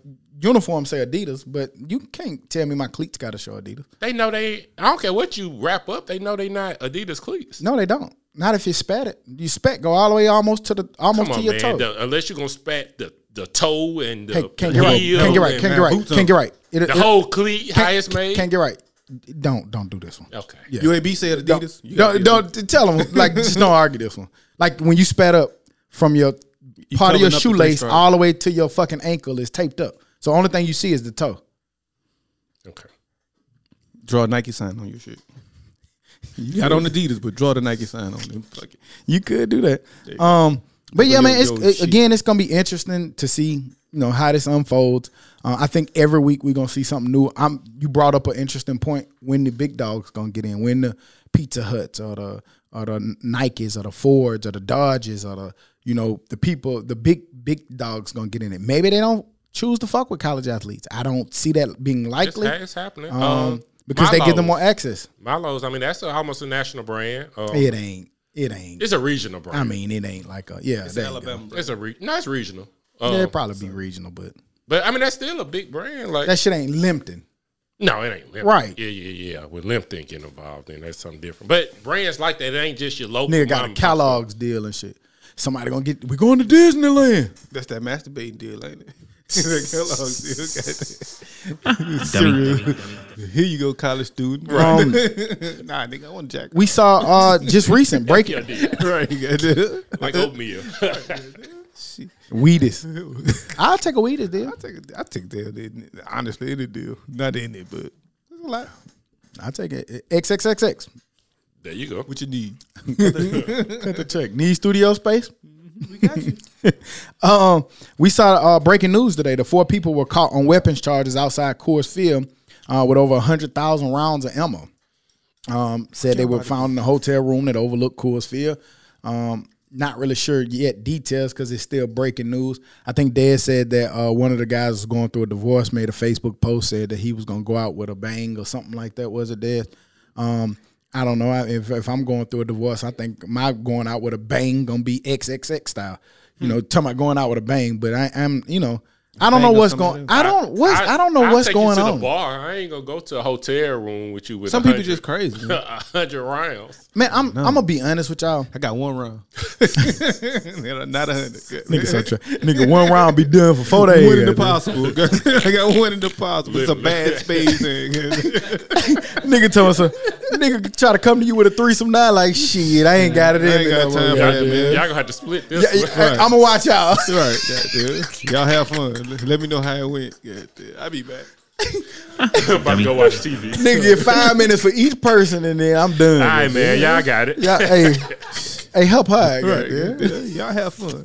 uniform say Adidas, but you can't tell me my cleats got to show Adidas.
they know they. I don't care what you wrap up. They know they not Adidas cleats.
No, they don't. Not if you spat it. You spat go all the way almost to the almost
Come
to
on,
your
man.
toe.
The- unless you gonna spat the the toe and the,
Hey, can't
the
get right.
heel
Can't get right.
and
Can't get right.
boots
Can't get right. It-
the
it-
whole cleat,
can't-
how it's made.
Can't get right. Don't don't do this one.
okay.
UAB said Adidas. you gotta
Don't,
be
don't t- tell them like just don't argue this one. Like when you spat up from your part of
covering
your
up the
shoelace
three-stripe.
all the way to your fucking ankle is taped up. So only thing you see is the toe.
Okay.
Adidas. draw a Nike sign on your shit. You got on Adidas, but draw the Nike sign on them. Fuck it.
You could do that. Um, but yeah,
Yo,
man, it's
yo,
it-
shit.
again, it's gonna be interesting to see you know how this unfolds. Uh, I think every week we're gonna see something new. I'm you brought up an interesting point when the big dogs gonna get in, when the Pizza Huts or the or the Nikes or the Fords or the Dodges or the you know the people the big big dogs gonna get in it. Maybe they don't choose to fuck with college athletes. I don't see that being
It's,
likely
ha- it's happening.
um,
Um,
because they give them
Milo's.
more access.
Milo's. I mean, that's a, almost a national brand. Um,
It ain't. It ain't.
It's a regional brand.
I mean, it ain't like a yeah. there you go.
It's a re- no, it's regional.
Yeah,
Um,
Oh.
it'd probably be regional, but
but I mean, that's still a big brand. Like,
that shit ain't Limpton.
no, it ain't Limp.
Right.
Yeah, yeah, yeah. With Limp Think getting involved, then that's something different. But brands like that, it ain't just your local.
Nigga got
mom
a
and pop.
Kellogg's deal and shit. Somebody gonna get. We going to Disneyland.
That's that masturbating deal, ain't it? That Kellogg's
dummy, dummy.
deal. Here you go, college student.
Um,
nah, nigga, I want Jack.
We saw uh just recent break
Yeah, dude.
right, you got that.
like oatmeal.
Wheaties. I'll take a Wheaties deal.
I take it. I take that. in it. Honestly, any deal, not in it, but there's a lot.
I'll take it. XXXX.
there you go.
What you need?
Cut the check. Need studio space.
Mm-hmm. We got you.
Um, we saw uh, breaking news today. The four people were caught on weapons charges outside Coors Field uh, with over hundred thousand rounds of ammo. Um, said they were found in a hotel room that overlooked Coors Field. Um, not really sure yet details because it's still breaking news. I think Dad said that uh, one of the guys was going through a divorce, made a Facebook post, said that he was going to go out with a bang or something like that. Was it Dad? Um, I don't know. I- If, if I'm going through a divorce, I think my going out with a bang gonna be XXX style. You know, talking about going out with a bang, but I, I'm, you know, I don't know
Bang or
what's
something
going. I don't what's I, don't know
I'll
what's
take you
going
to
on.
The bar. I ain't gonna go to a hotel room with you with
Some people just crazy. man.
a hundred rounds.
Man, I'm I'm gonna be honest with y'all.
I got one round. not a hundred.
Nigga, so tra- nigga, one round be done for four days.
One in the possible. I got one in the possible. It's a
Literally.
bad space. and-
nigga told us, uh, nigga try to come to you with a threesome now. Like shit, I ain't got it in
I ain't
me.
got
no
time
more.
for
Y'all,
Yeah, man.
y'all gonna have to split this.
Yeah,
one.
yeah, I'ma watch y'all.
right, yeah, dude. Y'all have fun. Let- Let me know how it went. Yeah, dude. I'll be back.
I'm about to go watch TV.
nigga, get five minutes for each person, and then I'm done.
All right, man. Y'all got it.
Y'all- hey, hey, help her. out,
Right,
goddamn.
dude. Y'all have fun.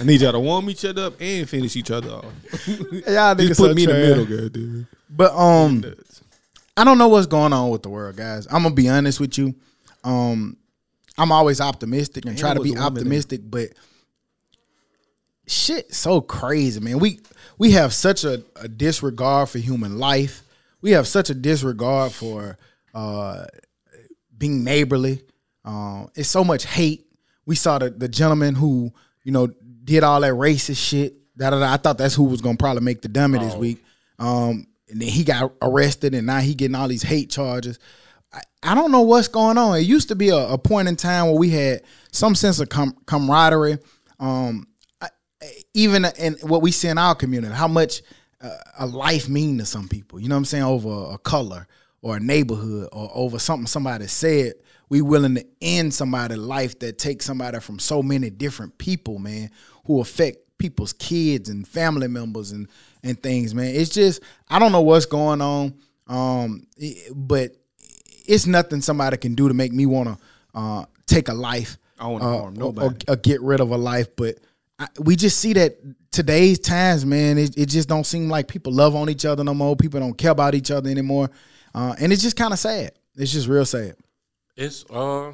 I need y'all to warm each other up and finish each other off.
Y'all niggas
Just put
so
me in the
trash.
middle, girl, dude.
But um, I don't know what's going on with the world, guys. I'm gonna be honest with you. Um, I'm always optimistic and try
it
to
was
be
a woman in
optimistic, but shit, so crazy, man. We we have such a, a disregard for human life. We have such a disregard for uh, being neighborly. Um, it's so much hate. We saw the, the gentleman who you know did all that racist shit. Da, da, da. I thought that's who was gonna probably make the dummy this week. Um, and then he got arrested, and now he getting all these hate charges. I, I don't know what's going on. It used to be a, a point in time where we had some sense of com- camaraderie. Um, even in what we see in our community, how much uh, a life mean to some people. You know what I'm saying? Over a color or a neighborhood or over something somebody said. We willing to end somebody's life that takes somebody from so many different people, man, who affect people's kids and family members and and things, man. It's just I don't know what's going on, um, it- but it's nothing somebody can do to make me want to uh, take a life
I wanna
uh,
harm
or- or-
nobody.
or get rid of a life, but I, we just see that today's times, man. It, it just don't seem like people love on each other no more. People don't care about each other anymore, uh, and it's just kind of sad. It's just real sad.
It's uh,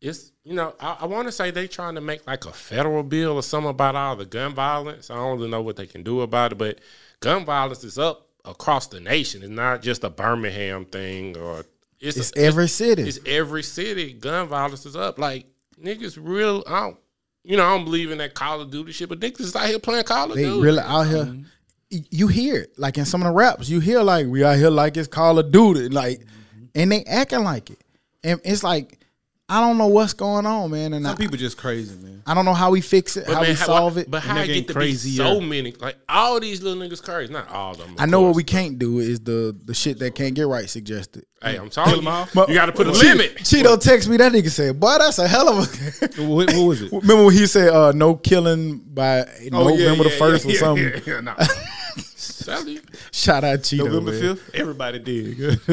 it's you know I, I want to say they trying to make like a federal bill or something about all the gun violence. I don't really know what they can do about it, but gun violence is up across the nation. It's not just a Birmingham thing or it's,
It's
a-
every city.
It's every city. Gun violence is up. Like niggas real. I don't. You know I don't believe in that Call of Duty shit, but niggas is out here playing Call of
They
Duty.
really out here. y- You hear it like in some of the raps. You hear like we out here like it's Call of Duty, like, and they acting like it, and it's like I don't know what's going on, man, and I,
Some people just crazy, man.
I don't know how we fix it, how we solve it.
But how
they're
it
getting
get to be
crazier.
so many? Like all these little niggas crazy. Not all of them. of
I know what
course.
we can't do is the the shit that can't get right suggested.
Hey, I'm telling you.
My-
You got to put a
Che-
limit.
Cheeto text me that nigga said, "Boy, that's a hell of a."
What, what was it?
remember when he said, uh, "No killing by November the first or something."
Yeah, yeah, nah. Tell you.
Shout out Cheeto.
November
man.
fifth. Everybody did.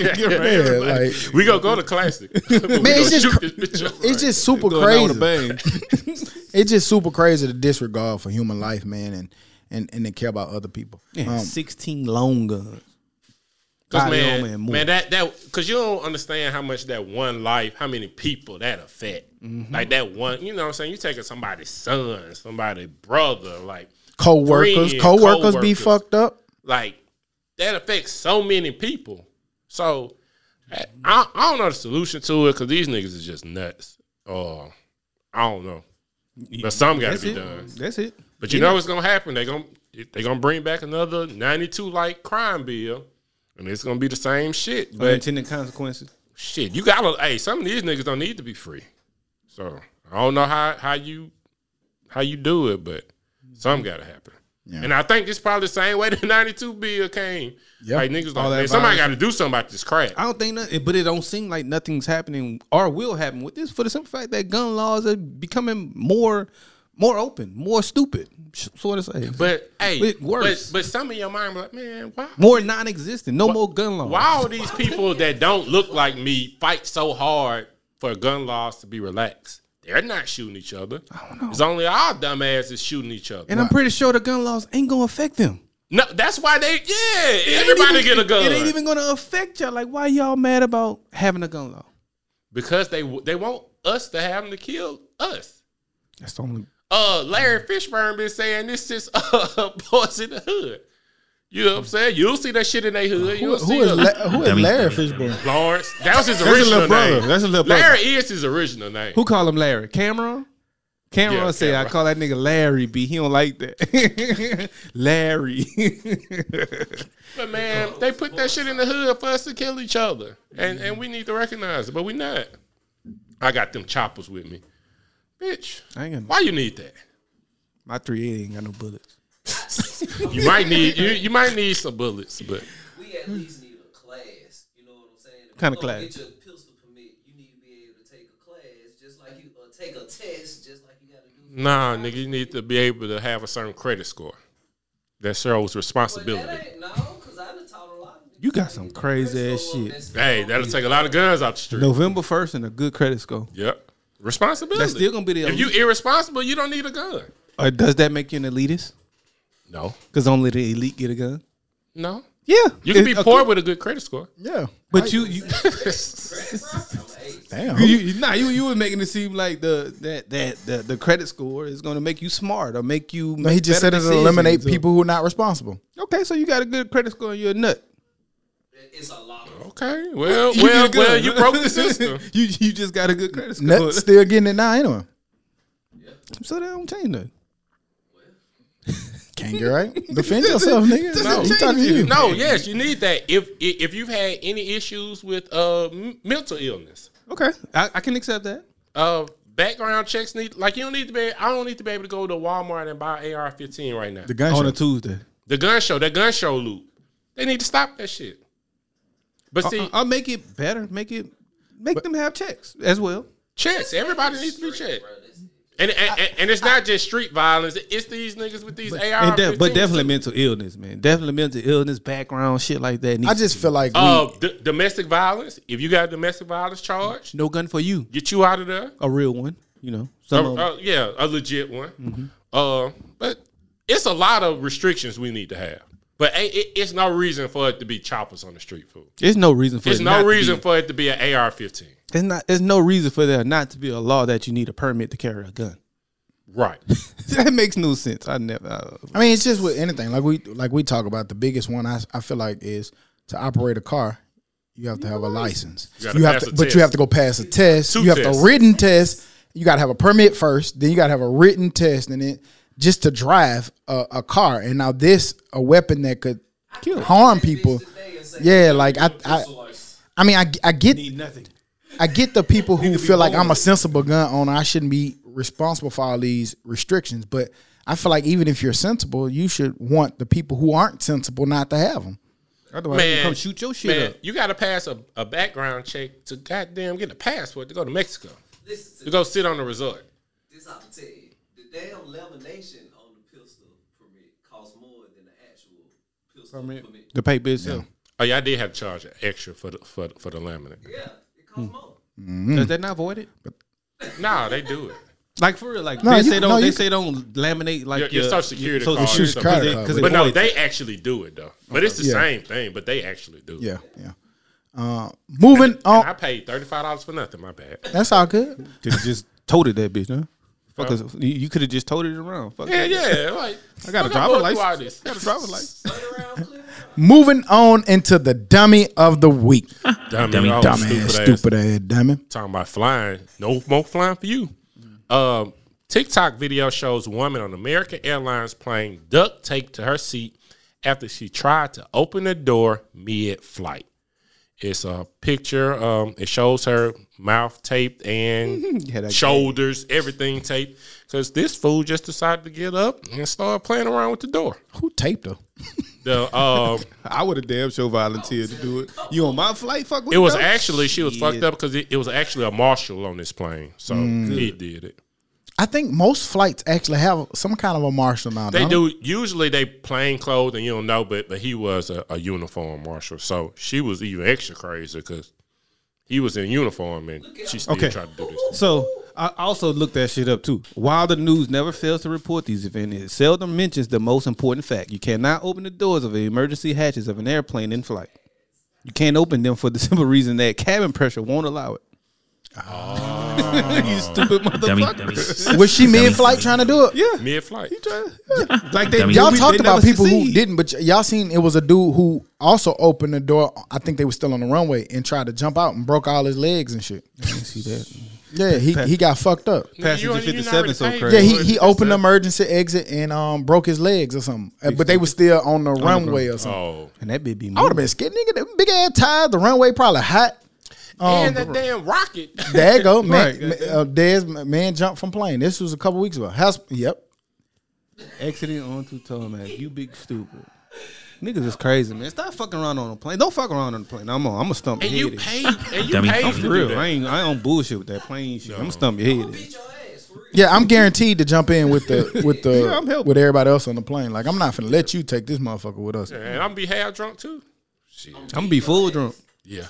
Yeah, like
we gonna go to classic. man,
Man, it's just, it's just super
Going out with
crazy.
a bang.
It's just super crazy to disregard for human life, man, and and and to care about other people. Um,
Sixteen long guns.
Cause
Body
man,
armor and
man,
more.
that that because you don't understand how much that one life, how many people that affect. Like that one, you know what I'm saying? You taking somebody's son, somebody's brother, like
co-workers,
friend,
co-workers be
coworkers.
fucked up.
like that affects so many people. So I, I I don't know the solution to it because these niggas is just nuts. Or I don't know, but some got to
That's
be
it.
done.
That's it.
But you know what's gonna happen? They gonna they gonna bring back another ninety two like crime bill, and it's gonna be the same shit. But
Unintended consequences.
shit, you gotta hey, some of these niggas don't need to be free. So I don't know how how you how you do it, but
Mm-hmm.
something gotta happen. And I think it's probably the same way the ninety two bill came.
Yeah.
Like niggas
All
like,
that
man, somebody gotta
violence.
do something about this crap.
I don't think nothing, but it don't seem like nothing's happening or will happen with this for the simple fact that gun laws are becoming more, more open, more stupid. sh- So to say,
But hey,
It
but,
worse.
but some of your mind be like, man, why
more non-existent, no more gun laws.
why all these people that don't look like me fight so hard for gun laws to be relaxed? They're not shooting each other. I don't know. It's only our dumbasses shooting each other.
And I'm pretty sure the gun laws ain't gonna affect them.
no, that's why they yeah.
It ain't
Everybody
even-
get a gun.
It ain't even gonna affect y'all. Like, why y'all mad about having a gun law?
because they they want us to have them to kill us.
That's the only.
Uh, Larry Fishburne been saying this since uh, Boys in the Hood. You know what I'm saying? You'll see that shit in their hood. You'll
Who,
see
who is
a-
La- who is
Dummy.
Larry Fishburne?
Lawrence. That was his
That's a little
original
brother.
name.
That's a little brother.
Larry is his original name.
Who call him Larry? Cameron? Cameron
Yeah,
say I
Cameron.
call that nigga Larry B. He don't like that. Larry.
But man, they put that shit in the hood for us to kill each other, and and we need to recognize it, but we not. I got them choppers with me, bitch.
I ain't got
Why you need that?
my three eight ain't got no bullets.
You might need you you might need some bullets, but
We at least need a class. You know what I'm saying? If
Hmm. Kinda
you gonna
class.
Get your pistol permit. You need to be able to take a class, just like you or take a test, just like you got to do.
nah, nigga, you need to be able to have a certain credit score. That shows
But
responsibility.
that ain't no, because I done taught a lot. Of
You
niggas
got
how
some
get a
crazy
credit
ass
score up
shit.
that's-
Hey, that'll take a lot of guns out the street.
November first and a good credit score.
Yep, responsibility.
That's still gonna be the
If you irresponsible, you don't need a gun.
Or Uh, does that make you an elitist?
No,
Because only the elite get a gun.
no,
Yeah,
you can
It-
be
okay.
poor with a good credit score.
Yeah,
But you, you,
damn.
you, you- nah, you, you were making it seem like the that that the, the credit score is going to make you smart or make you.
no, he just said it'll eliminate people who are not responsible.
Okay, so you got a good credit score and you're a nut.
It's a lot. Of,
Okay, well,
You
well,
did good.
well, you broke the system.
you you just got a good credit score.
Nut still getting it now anyway.
So they don't change nothing.
Can't get right. Defend yourself, nigga.
No.
he talking to you.
No, yes, you need that. If if if you've had any issues with uh m- mental illness,
Okay, I, I can accept that.
uh background checks need like you don't need to be. I don't need to be able to go to Walmart and buy AR fifteen right now.
The
The,
gun
On
show.
a Tuesday,
gun show, that gun show loop, they need to stop that shit. But see,
I, I'll make it better. Make it make them have checks as well.
checks. Everybody needs to be checked. And, and, and, and it's not just street violence. It's these niggas with these AR.
And de-
15s
but definitely mental illness, man. Definitely mental illness background shit like that.
I
needs
just feel like we,
Uh, d- domestic violence. If you got a domestic violence charge,
no gun for you,
get you out of there.
a real one. You know, some
Uh,
of
uh, yeah, a legit one.
Mm-hmm.
Uh, but it's a lot of restrictions we need to have. But a- it, it's no reason for it to be choppers on the street food.
there's no reason for
There's
it
no
not to be-
reason for it to be an AR-15.
There's not. There's no reason for there not to be a law that you need a permit to carry a gun.
Right.
that makes no sense. I never. I,
I mean, it's just with anything. Like we like we talk about the biggest one. I I feel like is to operate a car. You have to have a license.
gotta
You have
pass
to,
a
but
test.
you have to go pass a test.
Two
you have
tests.
a written test. You got to have a permit first. Then you got to have a written test, and it just to drive a, a car. And now this a weapon that could harm people. Yeah, like I I, I mean I I get
nothing.
I get the people who feel like I'm a sensible gun owner. I shouldn't be responsible for all these restrictions, but I feel like even if you're sensible, you should want the people who aren't sensible not to have them.
Otherwise,
Man,
you come shoot your shit
Man,
up.
you got to pass a, a background check to goddamn get a passport to go to Mexico.
Listen
To
to
go sit on the resort.
this. I can tell you, the damn lamination on the pistol permit costs more than the actual pistol permit.
The pay bill itself.
Oh yeah, I did have to charge extra for the for, the- for the laminate.
Yeah, it
Hmm.
costs more.
Does that not void it?
Nah, they do it.
Like for real, like
No,
they
you-
say don't
no,
they
you-
say don't laminate like uh,
Your- your Social Security
Social
card.
Security
Social
card,
Security
because
card,
it
But no,
voids it.
they actually do it though. But it's the
Yeah.
same thing. But they actually do. it.
Yeah, yeah. Uh, moving
And I
on.
paid thirty five dollars for nothing. My bad.
That's all good.
Could have just toted that bitch, huh? Fuck us. You, you could have just toted it around. Fuck
Yeah,
that.
yeah. Like
I got a
fuck,
driver
going through all
license.
this.
I got a driver license.
Moving on into the dummy of the week.
Dummy,
Dummy,
dog,
Dumbass,
ass.
stupid ass dummy.
Talking about flying. No more flying for you. Um, TikTok video shows woman on American Airlines plane duct tape to her seat after she tried to open the door mid flight. It's a picture. Um, it shows her mouth taped and
Yeah, that-
shoulders, everything taped. Because this fool just decided to get up and start playing around with the door.
Who taped her?
The um,
I would have damn sure volunteered to do it. You on my flight? Fuck. with
It was
you?
actually she was
Shit. Mm.
fucked up because it, it was actually a marshal on this plane, so he did it.
I think most flights actually have some kind of a marshal now.
They
don't
do usually they plain clothes and you don't know, but but he was a, a uniform marshal, so she was even extra crazy because he was in uniform and she still
Okay.
tried to do this.
So I also looked that shit up too. While the news never fails to report these events, it seldom mentions the most important fact: you cannot open the doors of the emergency hatches of an airplane in flight. You can't open them for the simple reason that cabin pressure won't allow it. you stupid
Ah. Dummy,
motherfucker!
dummy.
Was she mid flight trying to do it?
Yeah,
Mid flight,
like they
Dummy.
Y'all
we-
talked
they
about
never
people who
succeed.
didn't, but y- y'all seen it was a dude who also opened the door. I think they were still on the runway and tried to jump out and broke all his legs and shit.
See that?
Yeah, he, he got fucked up.
Passenger
already-
57 so
already paid
crazy.
Yeah,
for
he,
it.
he opened the emergency exit and um broke his legs or something. Uh, But they were still on the runway or something.
Oh,
And that bitch be
I would have been scared, nigga. That big ass tire, the runway probably hot. Um,
and that damn rocket.
There you go, man.
Right, goddamn.
uh, Dez, man jumped from plane. This was a couple weeks ago. House, yep.
Exiting onto tarmac. You big stupid. Niggas is crazy, man. Stop fucking around on a plane. Don't fuck around on a plane. I'm on. I'm a stump.
and
your
you
head in.
paid, and you
Dummy.
paid
I'm
for
For
real.
real, I ain't I don't bullshit with that plane shit. I'm stumping your head.
Beat your ass for real.
Yeah, I'm guaranteed to jump in with the with the
I'm helping.
with everybody else on the plane. Like I'm not finna let you take this motherfucker with us.
And I'm gonna be half drunk too. Shit.
I'm gonna be full drunk.
Yeah,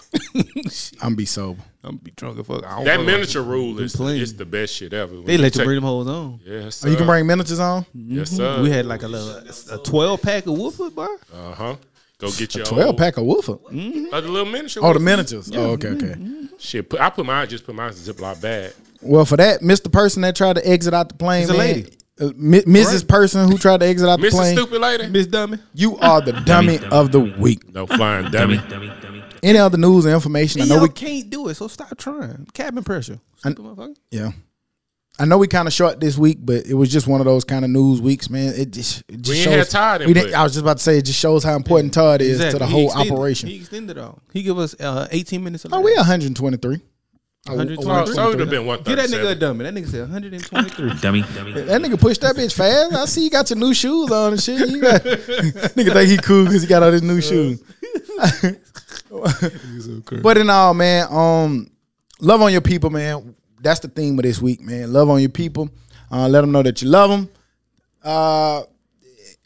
I'm be sober.
I'm gonna be drunk as fuck. I don't
that
fuck
miniature rule is
playing.
is the best shit ever. When
They let you
take-
bring them hoes on.
Yes,
Oh, you
sir.
can bring miniatures on.
Yes, sir.
We had like a little a twelve pack of woofer bar.
Uh-huh.
Uh huh. Go get your
Twelve
old-
pack of woofer.
Mm-hmm.
Uh, the little miniature.
Oh, the
ones.
miniatures. Oh, okay, okay.
Shit, put, I put mine. Just put mine in a Ziploc bag.
Well, for that, Mr. Person that tried to exit out the plane,
a
man,
lady.
uh, Mi- Mrs. Person who tried to exit out the
Mr.
plane.
Stupid Lady.
Miss Dummy.
You are the dummy
dummy,
of the week.
No flying
dummy,
dummy.
dummy, dummy.
Any other news or information? I know
Y'all
we.
can't do it, so stop trying. Cabin pressure. Stupid motherfucker.
Yeah. I know we kind of short this week, but it was just one of those kind of news weeks, man. It just, it just
We ain't
shows,
had Todd in,
we didn't-
but-
I was just about to say it just shows how important Todd is to the
He
whole
extended-
operation.
He extended all. He give us uh, eighteen minutes. Of
Oh, we 123. Oh,
123.
So it would have been one
Get
thirty
that nigga a
seven.
dummy. That nigga said 123.
Dummy, dummy.
That nigga pushed that bitch fast. I see you got your new shoes on and shit. You got, nigga think he cool because he got all his new shoes.
Uh,
but in all, man, um, love on your people, man. That's the theme of this week, man. Love on your people. Uh, let them know that you love them. Uh,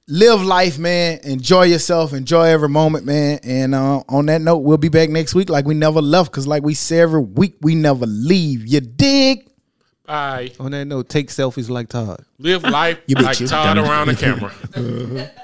live life, man. Enjoy yourself. Enjoy every moment, man. And uh, on that note, we'll be back next week like we never left because, like we say every week, we never leave. You dig?
Bye.
On that note, take selfies like Todd.
Live life
You
like
bitch, you
Todd
dummy.
around the camera.